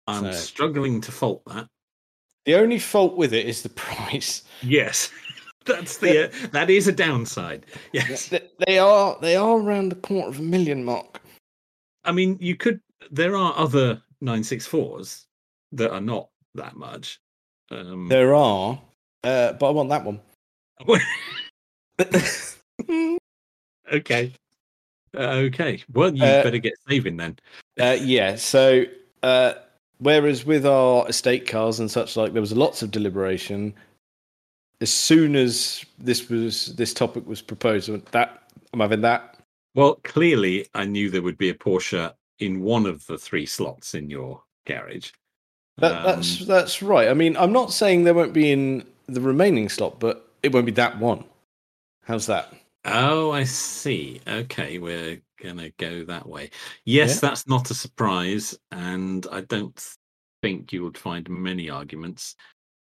I'm So- struggling to fault that. The only fault with it is the [LAUGHS] price. Yes. [LAUGHS] That's the uh, that is a downside. Yeah, Yes. th- They are they are around the quarter of a million mark. I mean, you could. There are other 964s that are not that much. Um, There are, uh, but I want that one. [LAUGHS] okay. Uh, okay. Well, you Uh, better get saving then. [LAUGHS] uh, yeah. So uh, whereas with our estate cars and such like, there was lots of deliberation. As soon as this was this topic was proposed, I went, that I'm having that. Well, clearly, I knew there would be a Porsche in one of the three slots in your garage. that that's Um, that's right. I mean, I'm not saying there won't be in the remaining slot, but it won't be that one. How's that? Oh, I see. Okay, we're gonna go that way. Yes, Yeah. that's not a surprise, and I don't th- think you would find many arguments.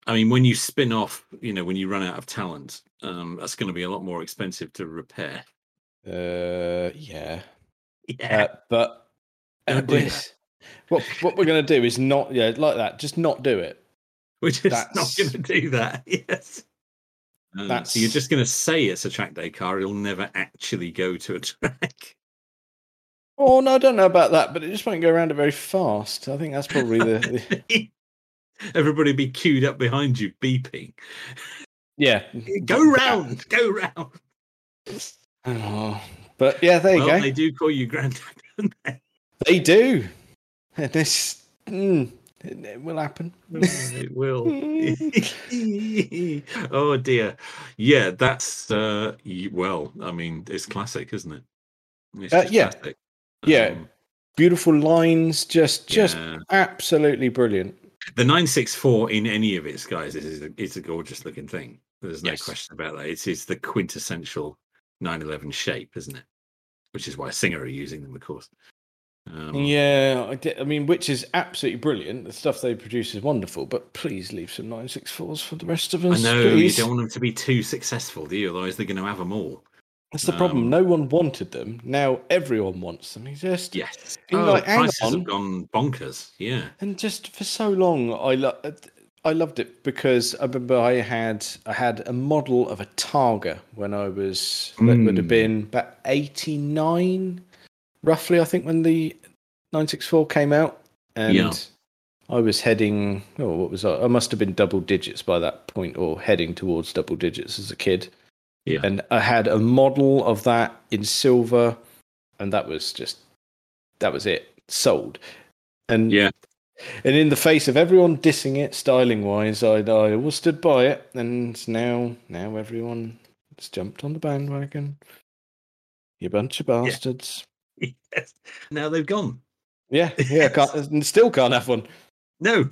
I mean, when you spin off, you know, when you run out of talent, um, that's going to be a lot more expensive to repair. [LAUGHS] Uh, yeah. Yeah, Uh, but uh, Don't do this- what what we're gonna do is not yeah like that. Just not do it. we're just not that's- going to do that. [LAUGHS] Yes. Um, So you're that's- just going to say it's a track day car. It'll never actually go to a [LAUGHS] track. Oh no, I don't know about that, but it just won't go around it very fast. I think that's probably the, the Everybody be queued up behind you, beeping. [LAUGHS] yeah. Go round, go round. Oh, but yeah, there you well, go. they They, do call you granddad. [LAUGHS] don't they? do. [LAUGHS] And this mm, it, it will happen. Hmm. it will. [LAUGHS] [LAUGHS] oh dear. Yeah, that's uh y- well, I mean, it's classic, isn't it? It's Uh, just yeah. classic. Yeah, Um, Beautiful lines, just just yeah. absolutely brilliant. the 964 in any of its guys is is a, is a gorgeous looking thing. There's no Yes. question about that. It is the quintessential 911 shape, isn't it? Which is why Singer are using them, of course. Um, Yeah, I, di- I mean, which is absolutely brilliant. The stuff they produce is wonderful, but please leave some 964s for the rest of I us. know please. you don't want them to be too successful, do you? Otherwise, they're going to have them all. That's the problem. um, no one wanted them. Now everyone wants them. You just Yes. And oh, like, hang prices on. have gone bonkers. Yeah. and just for so long, I lo- uh, I loved it because I remember I had I had a model of a Targa when I was that would have Mm. been about eighty nine, roughly. I think when the nine six four came out, and Yeah. I was heading. Oh, what was I? I must have been double digits by that point, or heading towards double digits as a kid. Yeah. and I had a model of that in silver, and that was just that was it sold. And Yeah. and in the face of everyone dissing it, styling wise, I I always stood by it, and now now everyone has jumped on the bandwagon. You bunch of bastards. [LAUGHS] Yes. Now they've gone. [LAUGHS] Yeah, yeah, I can't, and still can't have one. No.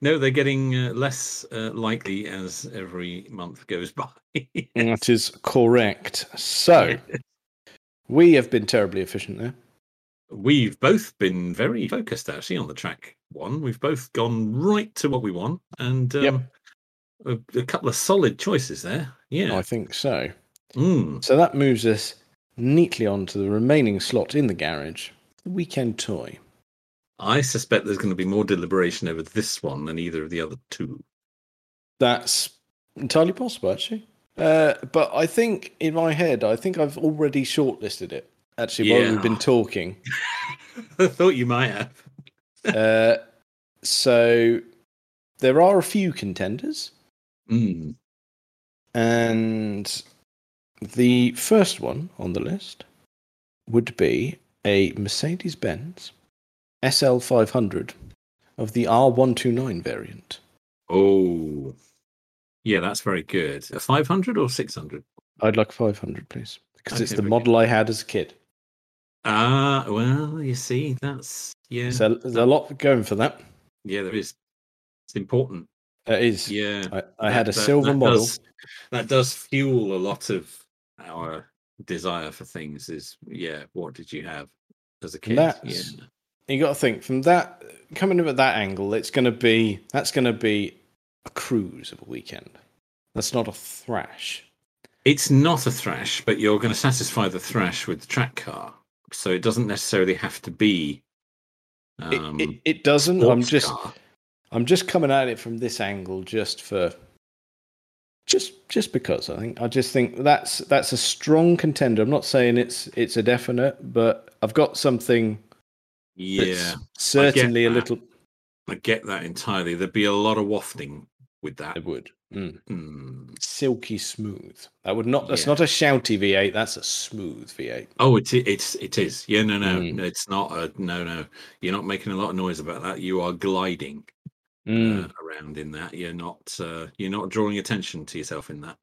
No, they're getting uh, less uh, likely as every month goes by. Mm, [LAUGHS] That is correct. So we have been terribly efficient there. We've both been very focused actually on the track one. We've both gone right to what we want, and um, Yep. a, a couple of solid choices there. Yeah. I think so. Mm. So that moves us neatly on to the remaining slot in the garage, the weekend toy. I suspect there's going to be more deliberation over this one than either of the other two. [LAUGHS] That's entirely possible, actually. Uh, but I think in my head, I think I've already shortlisted it. Actually, while we've been Yeah. talking, I thought you might have. uh, so there are a few contenders, Mm. and the first one on the list would be a Mercedes-Benz SL500 of the R129 variant. Oh, yeah, that's very good. A 500 or 600? I'd like 500, please, because it's Okay, the very good. model I had as a kid. Ah, well, you see, that's yeah, So there's a lot going for that. yeah, there is. It's important. That is. Yeah, I, I had a that- that- silver that model. does- that does fuel a lot of our desire for things. Is yeah, what did you have as a kid? that's- Yeah, You got to think from that coming in at that angle. It's going to be that's going to be a cruise of a weekend. That's not a thrash. it's not a thrash, but you're going to satisfy the thrash with the track car, so it doesn't necessarily have to be. It- Um, it, it, doesn't. I'm sports just car. I'm just coming at it from this angle, just for just just because I think I just think that's that's a strong contender. I'm not saying it's it's a definite, but I've got something Yeah, that's certainly a that. little. I get that entirely. There'd be a lot of wafting with that. It would. Mm. Mm. silky smooth. That would not. That's Yeah. not a shouty V8. That's a smooth V8. Oh, it's it's it is. Yeah, no, no, Mm. no, it's not a no, no. You're not making a lot of noise about that. You are gliding Mm. uh, around in that. You're not uh, you're not drawing attention to yourself in that.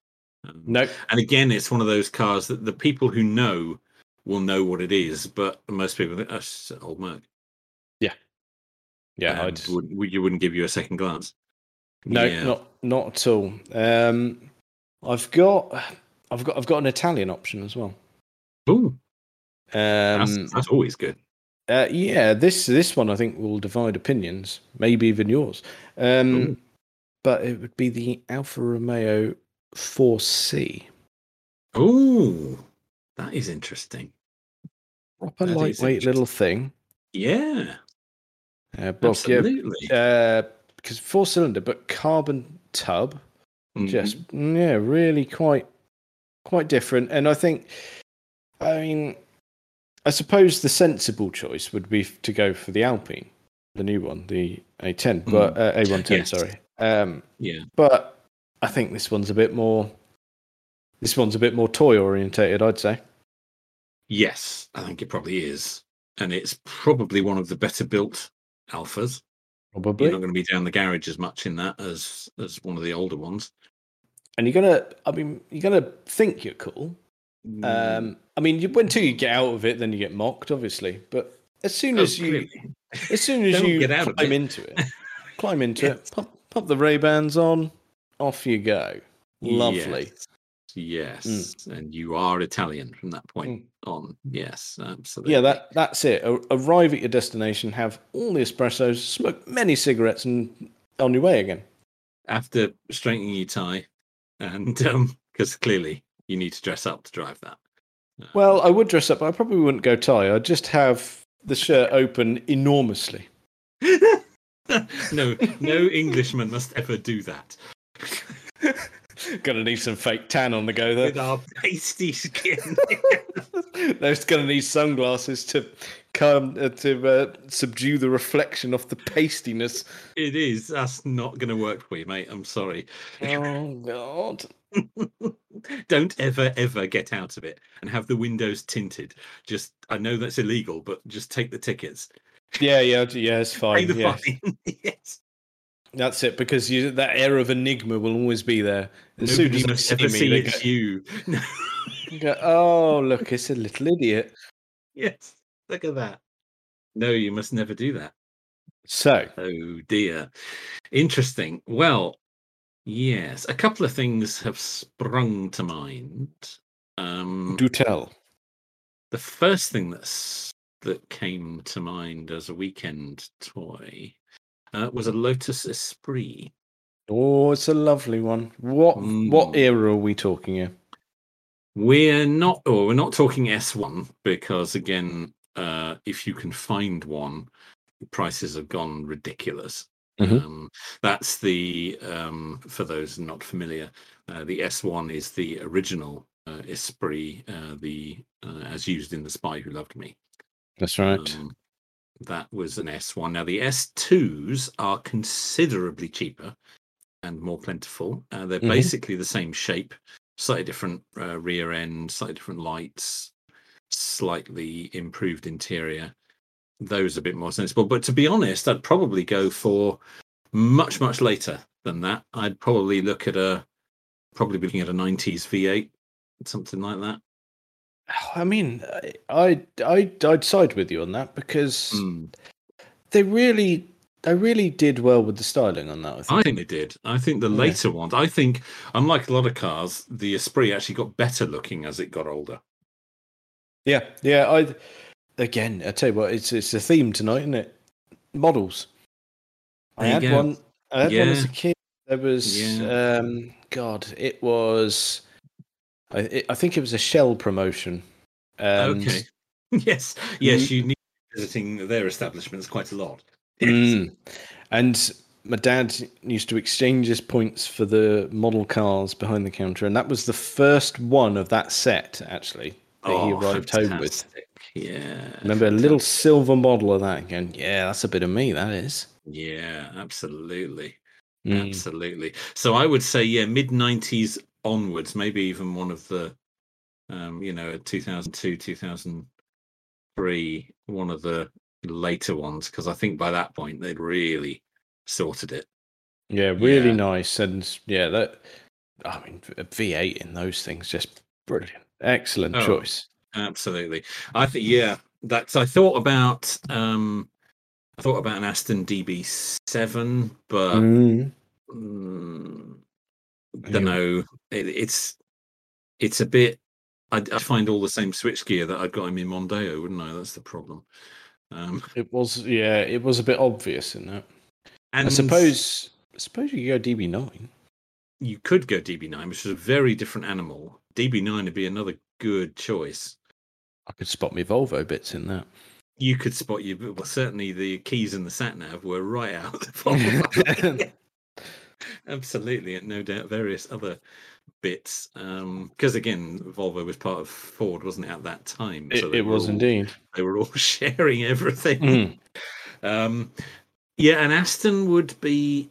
Um, No, And again, it's one of those cars that the people who know will know what it is, but most people think, oh, it's an old Merc. yeah, I and just, wouldn't- would, you wouldn't give you a second glance. no, yeah. not not at all. Um, I've got, I've got, I've got an Italian option as well. Ooh, that's, Um, that's always good. uh, yeah, this this one I think will divide opinions, maybe even yours. Um, Ooh. but it would be the Alfa Romeo 4C. Oh, that is interesting. Proper That is lightweight little thing. Yeah. Uh, bulk, yeah, Absolutely. because four cylinder, but carbon tub. Mm. just Mm-hmm. mm, yeah really quite quite different and i think i mean i suppose the sensible choice would be f- to go for the alpine the new one the a10 but uh, a110 Mm. [LAUGHS] Yes. sorry um yeah. but i think this one's a bit more this one's a bit more toy orientated i'd say Yes, I think it probably is, and it's probably one of the better built alphas. probably You're not going to be down the garage as much in that as as one of the older ones. and you're gonna i mean you're gonna think you're cool Mm. um i mean you, until you get out of it then you get mocked obviously but as soon Oh, as you clearly. As soon as Don't you get out of [LAUGHS] climb it. into it, climb into Yes. it, pop, pop the Ray Bans on, off you go. Lovely. Mm. Yes. yes. And you are Italian from that point on. Yes, absolutely. Yeah, that that's it. A- arrive at your destination, have all the espressos, smoke many cigarettes, and on your way again. After straightening your tie, and [LAUGHS] because um, clearly you need to dress up to drive that. [LAUGHS] Uh, well, I would dress up, but I probably wouldn't go tie. I'd just have the shirt open enormously. no, [LAUGHS] no Englishman must ever do that. gonna need some fake tan on the go there. [LAUGHS] With [LAUGHS] our pasty skin. [LAUGHS] There's gonna need sunglasses to come uh, to uh, subdue the reflection off the pastiness. It is. That's not gonna work for you, mate. I'm sorry. [LAUGHS] Oh God. Don't ever, ever get out of it and have the windows tinted. Just, I know that's illegal, but just take the tickets. Yeah, yeah, yeah. It's fine. Pay the yeah. fine. [LAUGHS] yes. That's it, because you, that air of enigma will always be there. As Nobody soon as must they ever see see me, it's you. [LAUGHS] No. they go, oh, look, it's a little idiot. yes. Look at that. No, you must never do that. So, Oh dear. Interesting. Well, yes, a couple of things have sprung to mind. Um, do tell. the first thing that's, that came to mind as a weekend toy uh, was a Lotus Esprit. Oh, it's a lovely one. What Mm. what era are we talking here? We're not, or we're not talking S1 because again, uh, if you can find one, prices have gone ridiculous. Mhm. Um, that's the um, for those not familiar, uh, the S1 is the original uh, Esprit, uh, the uh, as used in The Spy Who Loved Me. That's right. Um, that was an S1. Now, the S2s are considerably cheaper and more plentiful. Uh, they're Mhm. basically the same shape, slightly different uh, rear end, slightly different lights, slightly improved interior. Those are a bit more sensible. But to be honest, I'd probably go for much, much later than that. I'd probably look at a, probably be looking at a 90s V8, something like that. I mean, I I I'd side with you on that because Mm. they really they really did well with the styling on that. I think. I think they did. I think the Yeah. later ones. I think, unlike a lot of cars, the Esprit actually got better looking as it got older. yeah, yeah. I again, I tell you what, it's it's a theme tonight, isn't it? Models. I There you had go. one. I had one as a Yeah. kid. There was Yeah. um, God, it was. I it, I think it was a Shell promotion. And Mm. okay. [LAUGHS] yes. Yes. You need visiting their establishments quite a lot. Yes. Mm. [CLEARS THROAT] And my dad used to exchange his points for the model cars behind the counter, and that was the first one of that set actually that he Oh, arrived home with. fantastic. Yeah. Remember a little silver model of that again? Yeah, that's a bit of me. That is. Yeah. Absolutely. Mm. Absolutely. So I would say, yeah, mid '90s onwards, maybe even one of the, um, you know, 2002, 2003, one of the later ones, because I think by that point they'd really sorted it. Yeah, really Yeah. nice, and yeah, that. I mean, a V8 in those things just brilliant. Excellent Oh. choice. Absolutely. I think, yeah, that's. I thought about, um, I thought about an Aston DB7, but. Mm. mm, Yeah. don't know. It, it's it's a bit. I, I find all the same switchgear that I'd got him in Mondeo, wouldn't I? That's the problem. Um, It was yeah, it was a bit obvious in that. and I suppose I suppose you could go DB9. you could go DB9, which is a very different animal. DB9 would be another good choice. I could spot my Volvo bits in that. You could spot you, well, certainly the keys in the sat nav were right out. of the [LAUGHS] [LAUGHS] Volvo. Absolutely, and no doubt various other bits. Because again, Volvo was part of Ford, wasn't it, at that time? It, they it were was all- indeed. [LAUGHS] They were all sharing everything. Mm. Um, yeah, an Aston would be.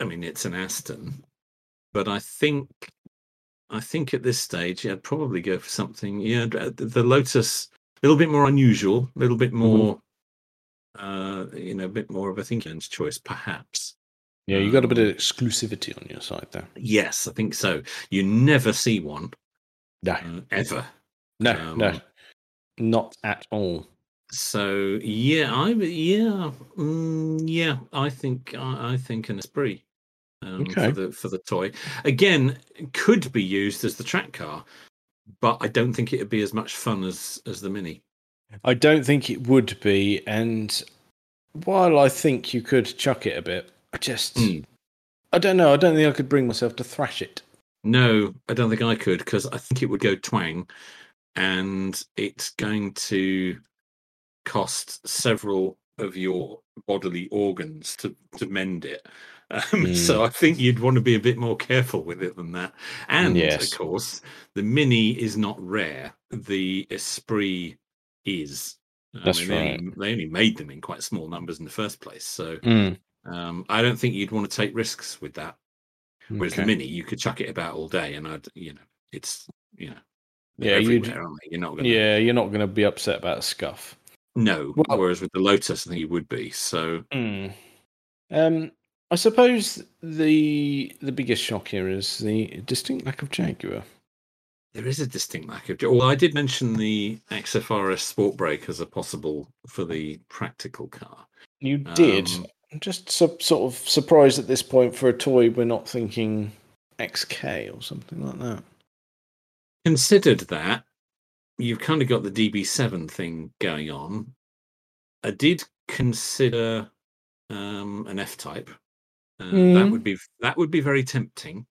I mean, it's an Aston, but I think, I think at this stage, yeah, I'd probably go for something. Yeah, the, the Lotus, a little bit more unusual, a little bit more, uh, you know, a bit more of a thinker's choice, perhaps. Yeah, you got a bit Um. of exclusivity on your side there. Yes, I think so. You never see one No, uh, ever. no, no, um, not at all. So yeah, I yeah, mm, yeah. I think I, I think an Esprit. um, Okay. for the for the toy. Again, could be used as the track car, but I don't think it'd be as much fun as as the Mini. I don't think it would be. And while I think you could chuck it a bit, I just, Mm. I don't know. I don't think I could bring myself to thrash it. No, I don't think I could because I think it would go twang, and it's going to cost several of your bodily organs to to mend it. Um, So Mm. I think you'd want to be a bit more careful with it than that. And Yes. of course, the mini is not rare. The Esprit is. I That's mean, They only, they only made them in quite small numbers in the first place, so um, I don't think you'd want to take risks with that. Whereas Okay. the mini, you could chuck it about all day, and I'd, you know, it's, you know, they're yeah, you'd, everywhere, aren't they? You're not going to, yeah, you're not going to be upset about a scuff. no. Well- Whereas with the Lotus, I think you would be. So, Mm. Um, I suppose the the biggest shock here is the distinct lack of Jaguar. there is a distinct lack of. Although I did mention the XFRS Sport Brake as a possible for the practical car. You did. Um, I'm just su- sort of surprised at this point for a toy we're not thinking XK or something like that. Considered that you've kind of got the DB7 thing going on. I did consider um, an F type. Uh, That Mm. would be that would be very tempting,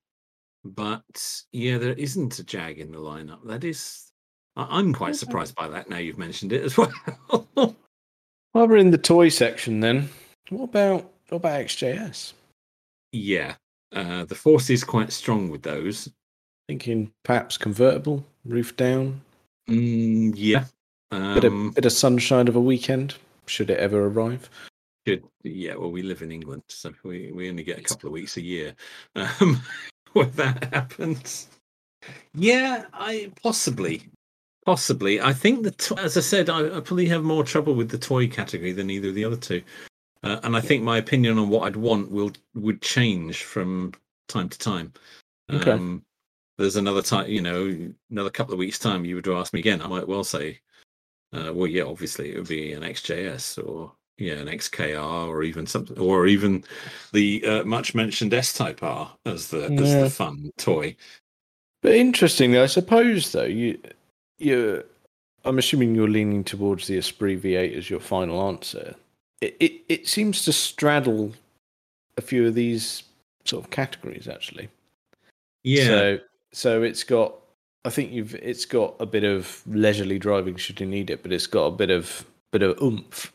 but yeah, there isn't a jag in the lineup. That is, I, I'm quite Okay. surprised by that. Now you've mentioned it as [LAUGHS] well. While we're in the toy section, then what about what about XJS? yeah, uh, the force is quite strong with those. Thinking perhaps convertible, roof down, Mm, yeah, bit um, of bit of sunshine of a weekend. Should it ever arrive? good. Yeah, well, we live in England, so we we only get a couple of weeks a year [LAUGHS] um, where that happens. Yeah, I possibly, possibly. I think the to- as I said, I, I probably have more trouble with the toy category than either of the other two, uh, and I think my opinion on what I'd want will would change from time to time. Okay. Um, there's another time, you know, another couple of weeks time, you would ask me again. I might well say, uh, well, yeah, obviously it would be an XJS or yeah, an XKR or even something, or even the uh, much mentioned S Type R as the as Yeah. the fun toy. But interestingly, I suppose though you you I'm assuming you're leaning towards the Esprit V8 as your final answer. It it, it seems to straddle a few of these sort of categories actually. Yeah, So so it's got I think you've it's got a bit of leisurely driving should you need it, but it's got a bit of bit of oomph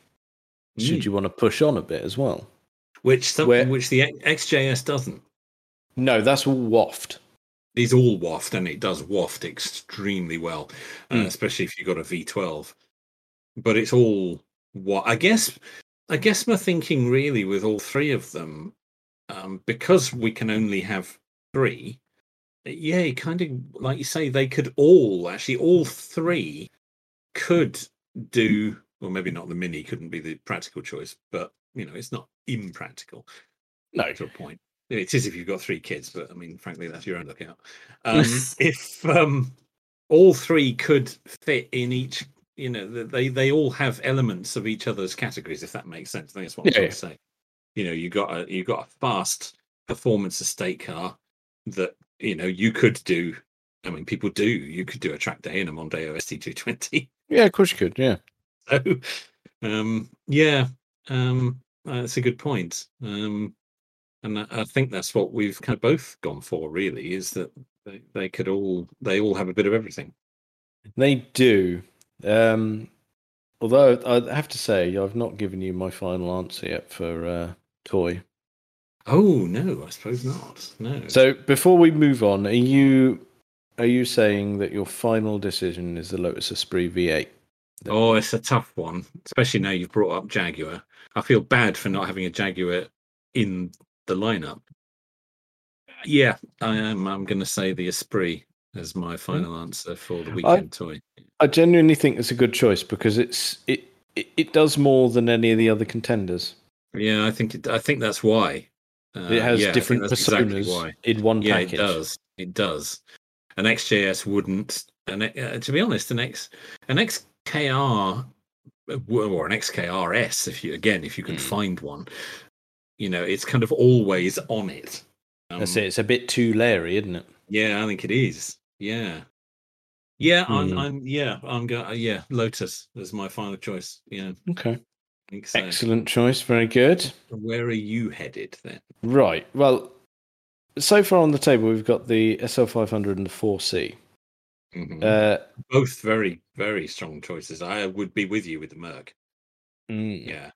should Mm. you want to push on a bit as well. which something where- which the X- XJS doesn't. No, that's all waft. These all waft, and it does waft extremely well, uh, Mm. especially if you've got a V12. But it's all what I guess. I guess my thinking really with all three of them, um, because we can only have three. Yeah, kind of like you say, they could all actually all three could do. Well, maybe not the mini couldn't be the practical choice, but you know, it's not impractical. No. to a point. It is if you've got three kids, but I mean, frankly, that's your own lookout. Um, if um, all three could fit in each, you know, th- they they all have elements of each other's categories, if that makes sense. I think that's what I'm Yeah, trying yeah. to say. You know, you got a you got a fast performance estate car that you know you could do. I mean, people do. You could do a track day in a Mondeo ST220. Yeah, of course you could, yeah. [LAUGHS] So, um, yeah, um, uh, that's a good point. Um, and I, I think that's what we've kind of both gone for, really, is that they, they could all they all have a bit of everything. They do. Um, although I have to say, I've not given you my final answer yet for uh, toy. Oh no, I suppose not. No. So before we move on, are you are you saying that your final decision is the Lotus Esprit V8? oh, it's a tough one, especially now you've brought up Jaguar. I feel bad for not having a Jaguar in the lineup. Yeah, I am. I'm going to say the Esprit as Hmm. my final answer for the weekend toy. I genuinely think it's a good choice because it's it, it it does more than any of the other contenders. Yeah, I think it, I think that's why. Uh, It has yeah, I think different that's personas Exactly why. in one Yeah, package. it does. It does. An XJS wouldn't. An, uh, to be honest, an X, an XKR, uh, w- or an XKRS, if you again, if you can Mm. find one, you know, it's kind of always on it. Um, That's it. It's a bit too leery, isn't it? Yeah, I think it is. Yeah, yeah. I'm. Hmm. I'm yeah. I'm going. Yeah, Lotus is my final choice. Yeah, Okay. I think so. Excellent choice. Very good. Where are you headed then? Right. Well, so far on the table, we've got the SL500 and the 4C. Mhm. Uh, Both very, very strong choices. I would be with you with the Merc. mm, Yeah,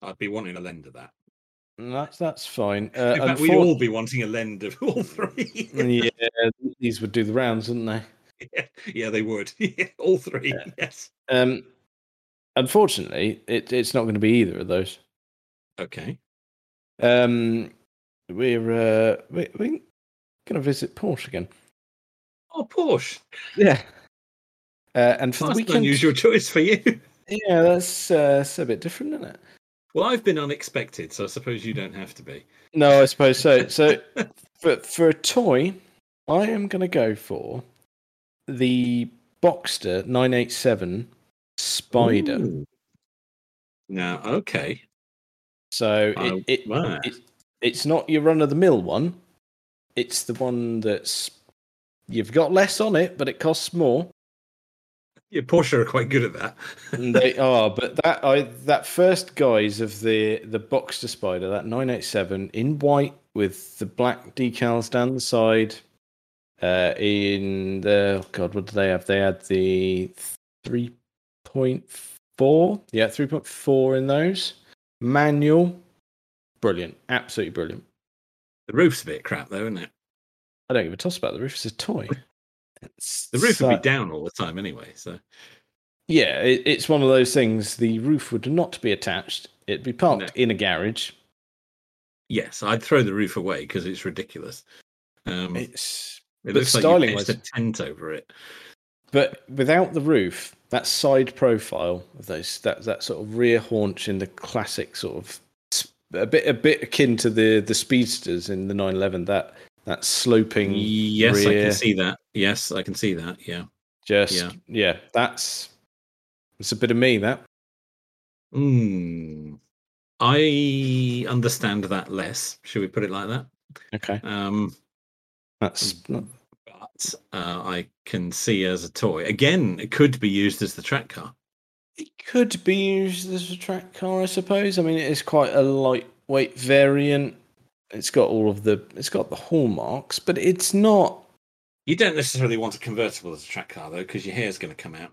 I'd be wanting a lend of that. That's, that's fine. Uh, [LAUGHS] In fact, we'd unfor- Mm. all be wanting a lend of [LAUGHS] all three. [LAUGHS] yeah, these would do the rounds, wouldn't they? yeah, [LAUGHS] yeah, they would. [LAUGHS] Yeah, all three. Yes. Um, unfortunately, it, it's not going to be either of those. Okay. Um, we're uh, we, we're going to visit Porsche again. Oh, Porsche. Yeah. Uh, and for That's the an weekend, unusual choice for you. [LAUGHS] yeah, that's uh, it's a bit different, isn't it? Well, I've been unexpected, so I suppose you don't have to be. No, I suppose so. [LAUGHS] So, for for a toy, I am going to go for the Boxster 987 Spider. Ooh. No, okay. So I- it, it, wow. it it's not your run of the mill one. It's the one that's you've got less on it, but it costs more. Yeah, Porsche are quite good at that. [LAUGHS] And Mm, they are, but that I that first guise of the the Boxster Spider, that 987 in white with the black decals down the side. Uh, in the oh God, what did they have? They had the 3.4, yeah, 3.4 in those manual. Brilliant, absolutely brilliant. the roof's a bit crap, though, isn't it? I don't give a toss about the roof. It's a toy. It's The roof so- would be down all the time anyway. So Yeah, it, it's one of those things. The roof would not be attached. It'd be parked in a garage. yes, I'd throw the roof away because it's ridiculous. Um, it, It's but looks like you styling-wise- pitched a tent over it. but without the roof, that side profile of those that that sort of rear haunch in the classic sort of a bit a bit akin to the the speedsters in the 911 that that sloping Yes, I rear. can see that. Yes, I can see that. Yeah. just Yeah. yeah. that's it's a bit of me that Hmm. Mm. I understand that less. Should we put it like that? okay Um, that's not- but uh, I can see as a toy. Again, it could be used as the track car. it could be used as a track car I suppose I mean it is quite a lightweight variant it's got all of the it's got the hallmarks but it's not You don't necessarily want a convertible as a track car though, because your hair's going to come out.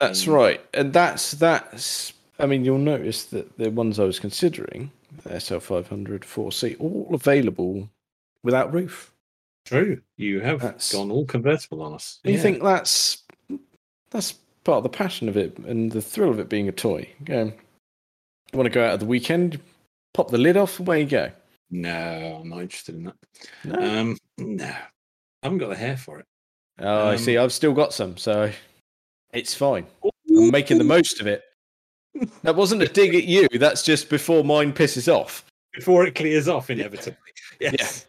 That's Um, right, and that's that's. I mean, you'll notice that the ones I was considering, the SL500, 4C, all available without roof. True. You have That's- gone all convertible on us. And You Yeah. think that's that's part of the passion of it and the thrill of it being a toy. Go, you want to go out of the weekend, pop the lid off, away you go. No, I'm not interested in that. No, Um, no, I haven't got the hair for it. oh, I um, see. I've still got some, so it's fine. I'm making the most of it. That wasn't a dig at you. That's just before mine pisses off. before it clears off inevitably. Yes.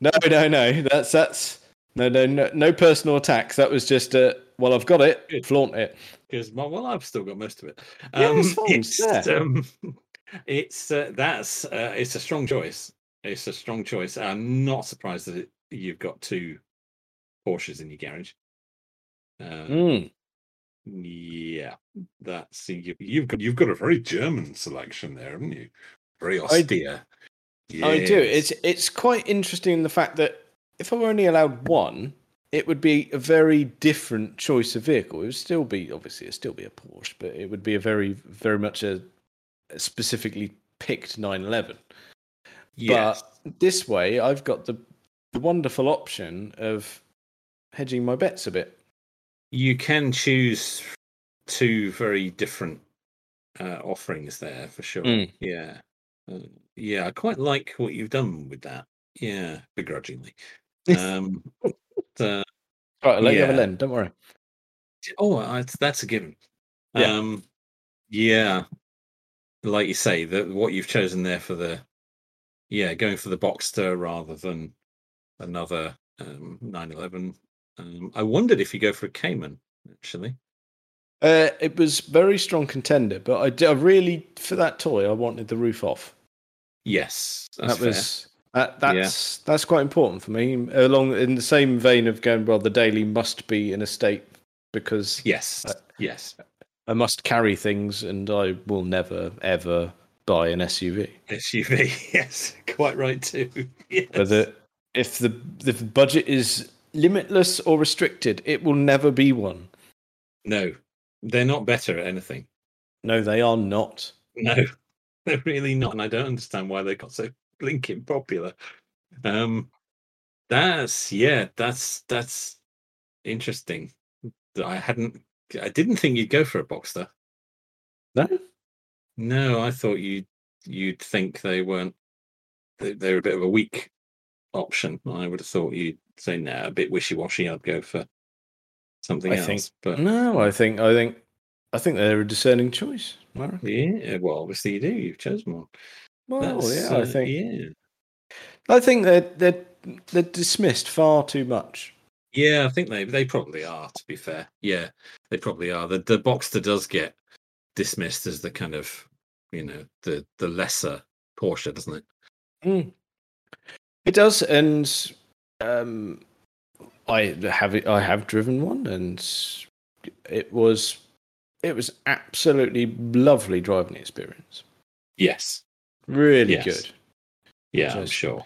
No, no, no. That's that's no, no, no, no personal attacks. That was just a well, I've got it. Good. Flaunt it. because well, well, I've still got most of it. Yeah, it's [LAUGHS] fine, it's it's there. um, it's uh, that's uh, it's a strong choice. It's a strong choice. I'm not surprised that it, you've got two Porsches in your garage. Uh, Mm. Yeah, that's you, you've got you've got a very German selection there, haven't you? Very I do. austere. I do. Yes. It's it's quite interesting the fact that if I were only allowed one, it would be a very different choice of vehicle. It would still be obviously it'd still be a Porsche, but it would be a very very much a, a specifically picked 911. yes. But this way, I've got the the wonderful option of hedging my bets a bit. you can choose two very different uh, offerings there for sure. Mm. Yeah, uh, yeah, I quite like what you've done with that. Yeah, begrudgingly. Um, but, uh, Right, I'll let you have Yeah. a lend. Don't worry. oh, I, it's- that's a given. Yeah. Um, yeah, like you say, that what you've chosen there for the yeah going for the Boxster rather than another um, 911. Um, I wondered if you go for a Cayman actually. Uh, it was very strong contender, but I, d- I really for that toy I wanted the roof off. Yes, that's that fair. was That, that's that's quite important for me. Along in the same vein of going, well, the daily must be in a state because Yes. yes. [LAUGHS] I must carry things, and I will never ever buy an SUV. SUV. Yes. [LAUGHS] Quite right too. Yes. Whether if the if the budget is limitless or restricted, it will never be one. No. They're not better at anything. No, they are not. No. [LAUGHS] They're really not. And I don't understand why they got so blinking popular. Um that's yeah, that's that's interesting. I hadn't I didn't think you'd go for a Boxster. No, No, I thought you you'd think they weren't. They, they're a bit of a weak option. I would have thought you'd say no, a bit wishy washy. I'd go for something I else. think- but no. I think I think I think they're a discerning choice. I reckon. yeah, well, obviously you do. You've chosen one. Well, That's, yeah, I uh, think yeah, I think they're they're they're dismissed far too much. yeah. I think they they probably are. To be fair, yeah, they probably are. The the Boxster does get dismissed as the kind of you know the the lesser Porsche, doesn't it? It does, and um, I have I have driven one, and it was it was absolutely lovely driving experience. Yes. Really Yes. good. Yeah, I'm Just- sure.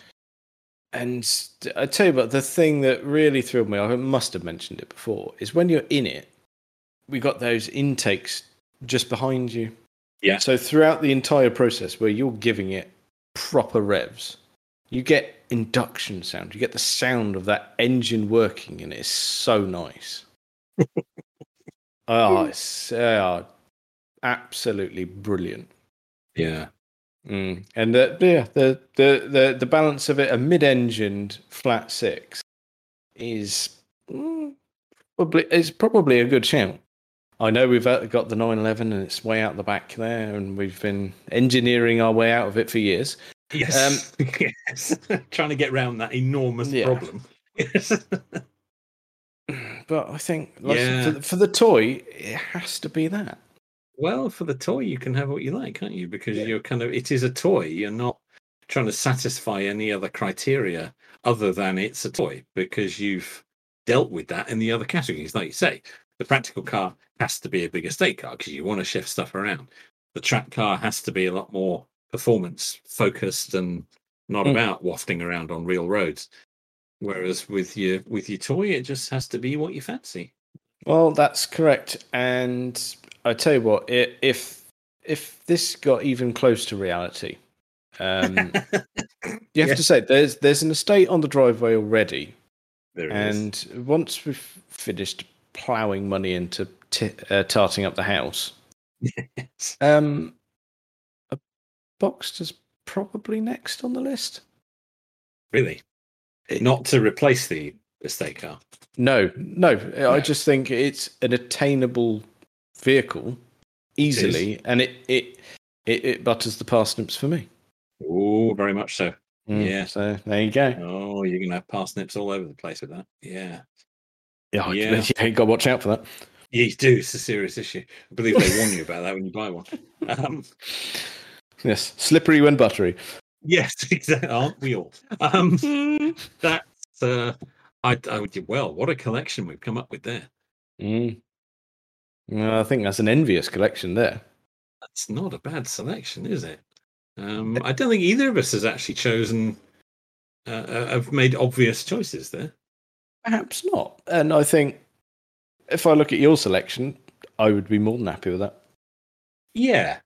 And I tell you what, the thing that really thrilled me, I must have mentioned it before, is when you're in it, we got those intakes just behind you. Yeah. So throughout the entire process where you're giving it proper revs, you get induction sound. You get the sound of that engine working, and it's so nice. oh, it's uh, absolutely brilliant. Yeah. Mm. And uh, yeah, the, the the the balance of it, a mid-engined flat six, is mm, probably it's probably a good shout. I know we've uh, got the 911 and it's way out the back there, and we've been engineering our way out of it for years. [CLEARS THROAT] Yes. [LAUGHS] yes. Um, Trying to get round that enormous Yeah. problem. [LAUGHS] Yes. But I think like, Yeah. for, the- for the toy, it has to be that. Well, for the toy, you can have what you like, can't you? Because Yeah. you're kind of, it is a toy. You're not trying to satisfy any other criteria other than it's a toy because you've dealt with that in the other categories. Like you say, the practical car has to be a big estate car because you want to shift stuff around. The track car has to be a lot more performance focused and not Mm. about wafting around on real roads. Whereas with your with your toy, it just has to be what you fancy. Well, that's correct. And I tell you what, i if if this got even close to reality, [LAUGHS] um, you have Yeah. to say there's there's an estate on the driveway already, There it is. [LAUGHS] and once we've finished ploughing money into t- uh, tarting up the house, um, a Boxster's probably next on the list. Really? Eh, It- Not to replace the estate car. No, no, I No. just think it's an attainable vehicle easily, and it it, it it butters the parsnips for me. Oh, very much so. Mm. Yeah. So there you go. Oh, you're going to have parsnips all over the place with that. Yeah. Yeah, I- Yeah. [LAUGHS] you got to watch out for that. Yeah, you do. It's a serious issue. I believe they warn you about that when you buy one. Um, Yes, slippery when buttery. yes, [LAUGHS] exactly. Aren't we all? Um, Mm. that's, uh, I, I would, well, what a collection we've come up with there. Mm. Well, I think that's an envious collection there. That's not a bad selection, is it? Um, I don't think either of us has actually chosen, uh, uh, have made obvious choices there. Perhaps not. And I think if I look at your selection, I would be more than happy with that. Yeah.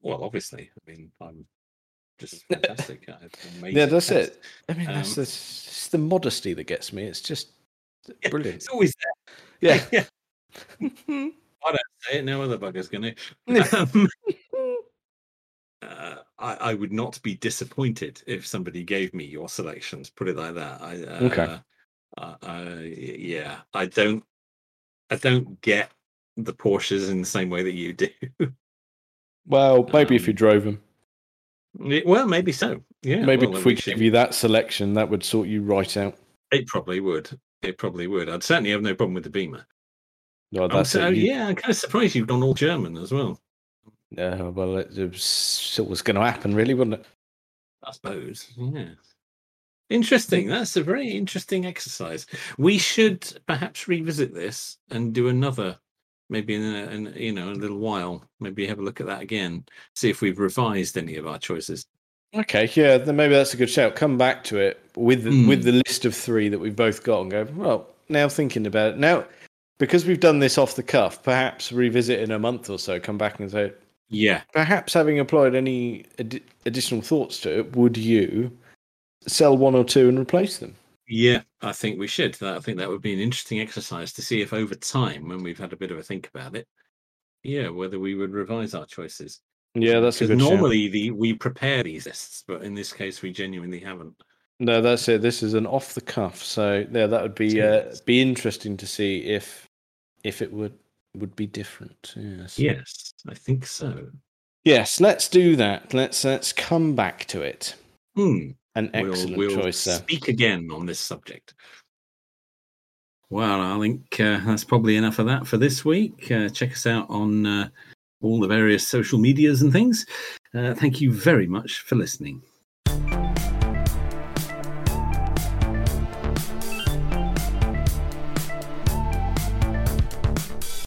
Well, obviously. I mean, I'm [LAUGHS] just fantastic. I have amazing Yeah, that's taste. it. I mean, that's Um, the, it's the modesty that gets me. It's [LAUGHS] just Yeah, brilliant. It's always [LAUGHS] [LAUGHS] Yeah. there. I don't say it. No other bugger's going Yeah. to. Um, Hmm. uh, I, I would not be disappointed if somebody gave me your selections. Put it like that. I, uh, Okay. I, I- yeah, I don't. I don't get the Porsches in the same way that you do. [LAUGHS] Well, maybe if you Um, drove them, well, maybe so. Yeah. maybe well, then if we should- gave you that selection, that would sort you right out. It probably would. It probably would. I'd certainly have no problem with the Beamer. Well, I'm that's so, it. You- yeah, I'm kind of surprised you've gone all German as well. Uh, well, it, it was, it was going to happen, really, wasn't it? I suppose. Yeah. Interesting. That's a very interesting exercise. We should perhaps revisit this and do another, maybe in, a, in you know a little while. Maybe have a look at that again, see if we've revised any of our choices. Okay, yeah, then maybe that's a good shout. Come back to it with the, Mm. with the list of three that we've both got, and go. Well, now thinking about it, now because we've done this off the cuff, perhaps revisit in a month or so. Come back and say, Yeah, perhaps having applied any ad- additional thoughts to it, would you sell one or two and replace them? yeah. I think we should. That- I think that would be an interesting exercise to see if over time, when we've had a bit of a think about it, yeah, whether we would revise our choices. Yeah, that's a Because good shout. normally the we prepare these lists, but in this case, we genuinely haven't. No, that's it. This is an off the cuff. So yeah, that would be uh, Yes. be interesting to see if if it would would be different. Yes. Yes, I think so. Yes. Let's do that. Let's let's come back to it. Hmm. An excellent we'll, we'll choice there. Speak again on this subject. Well, I think uh, that's probably enough of that for this week. Uh, check us out on uh, all the various social medias and things. Uh, thank you very much for listening.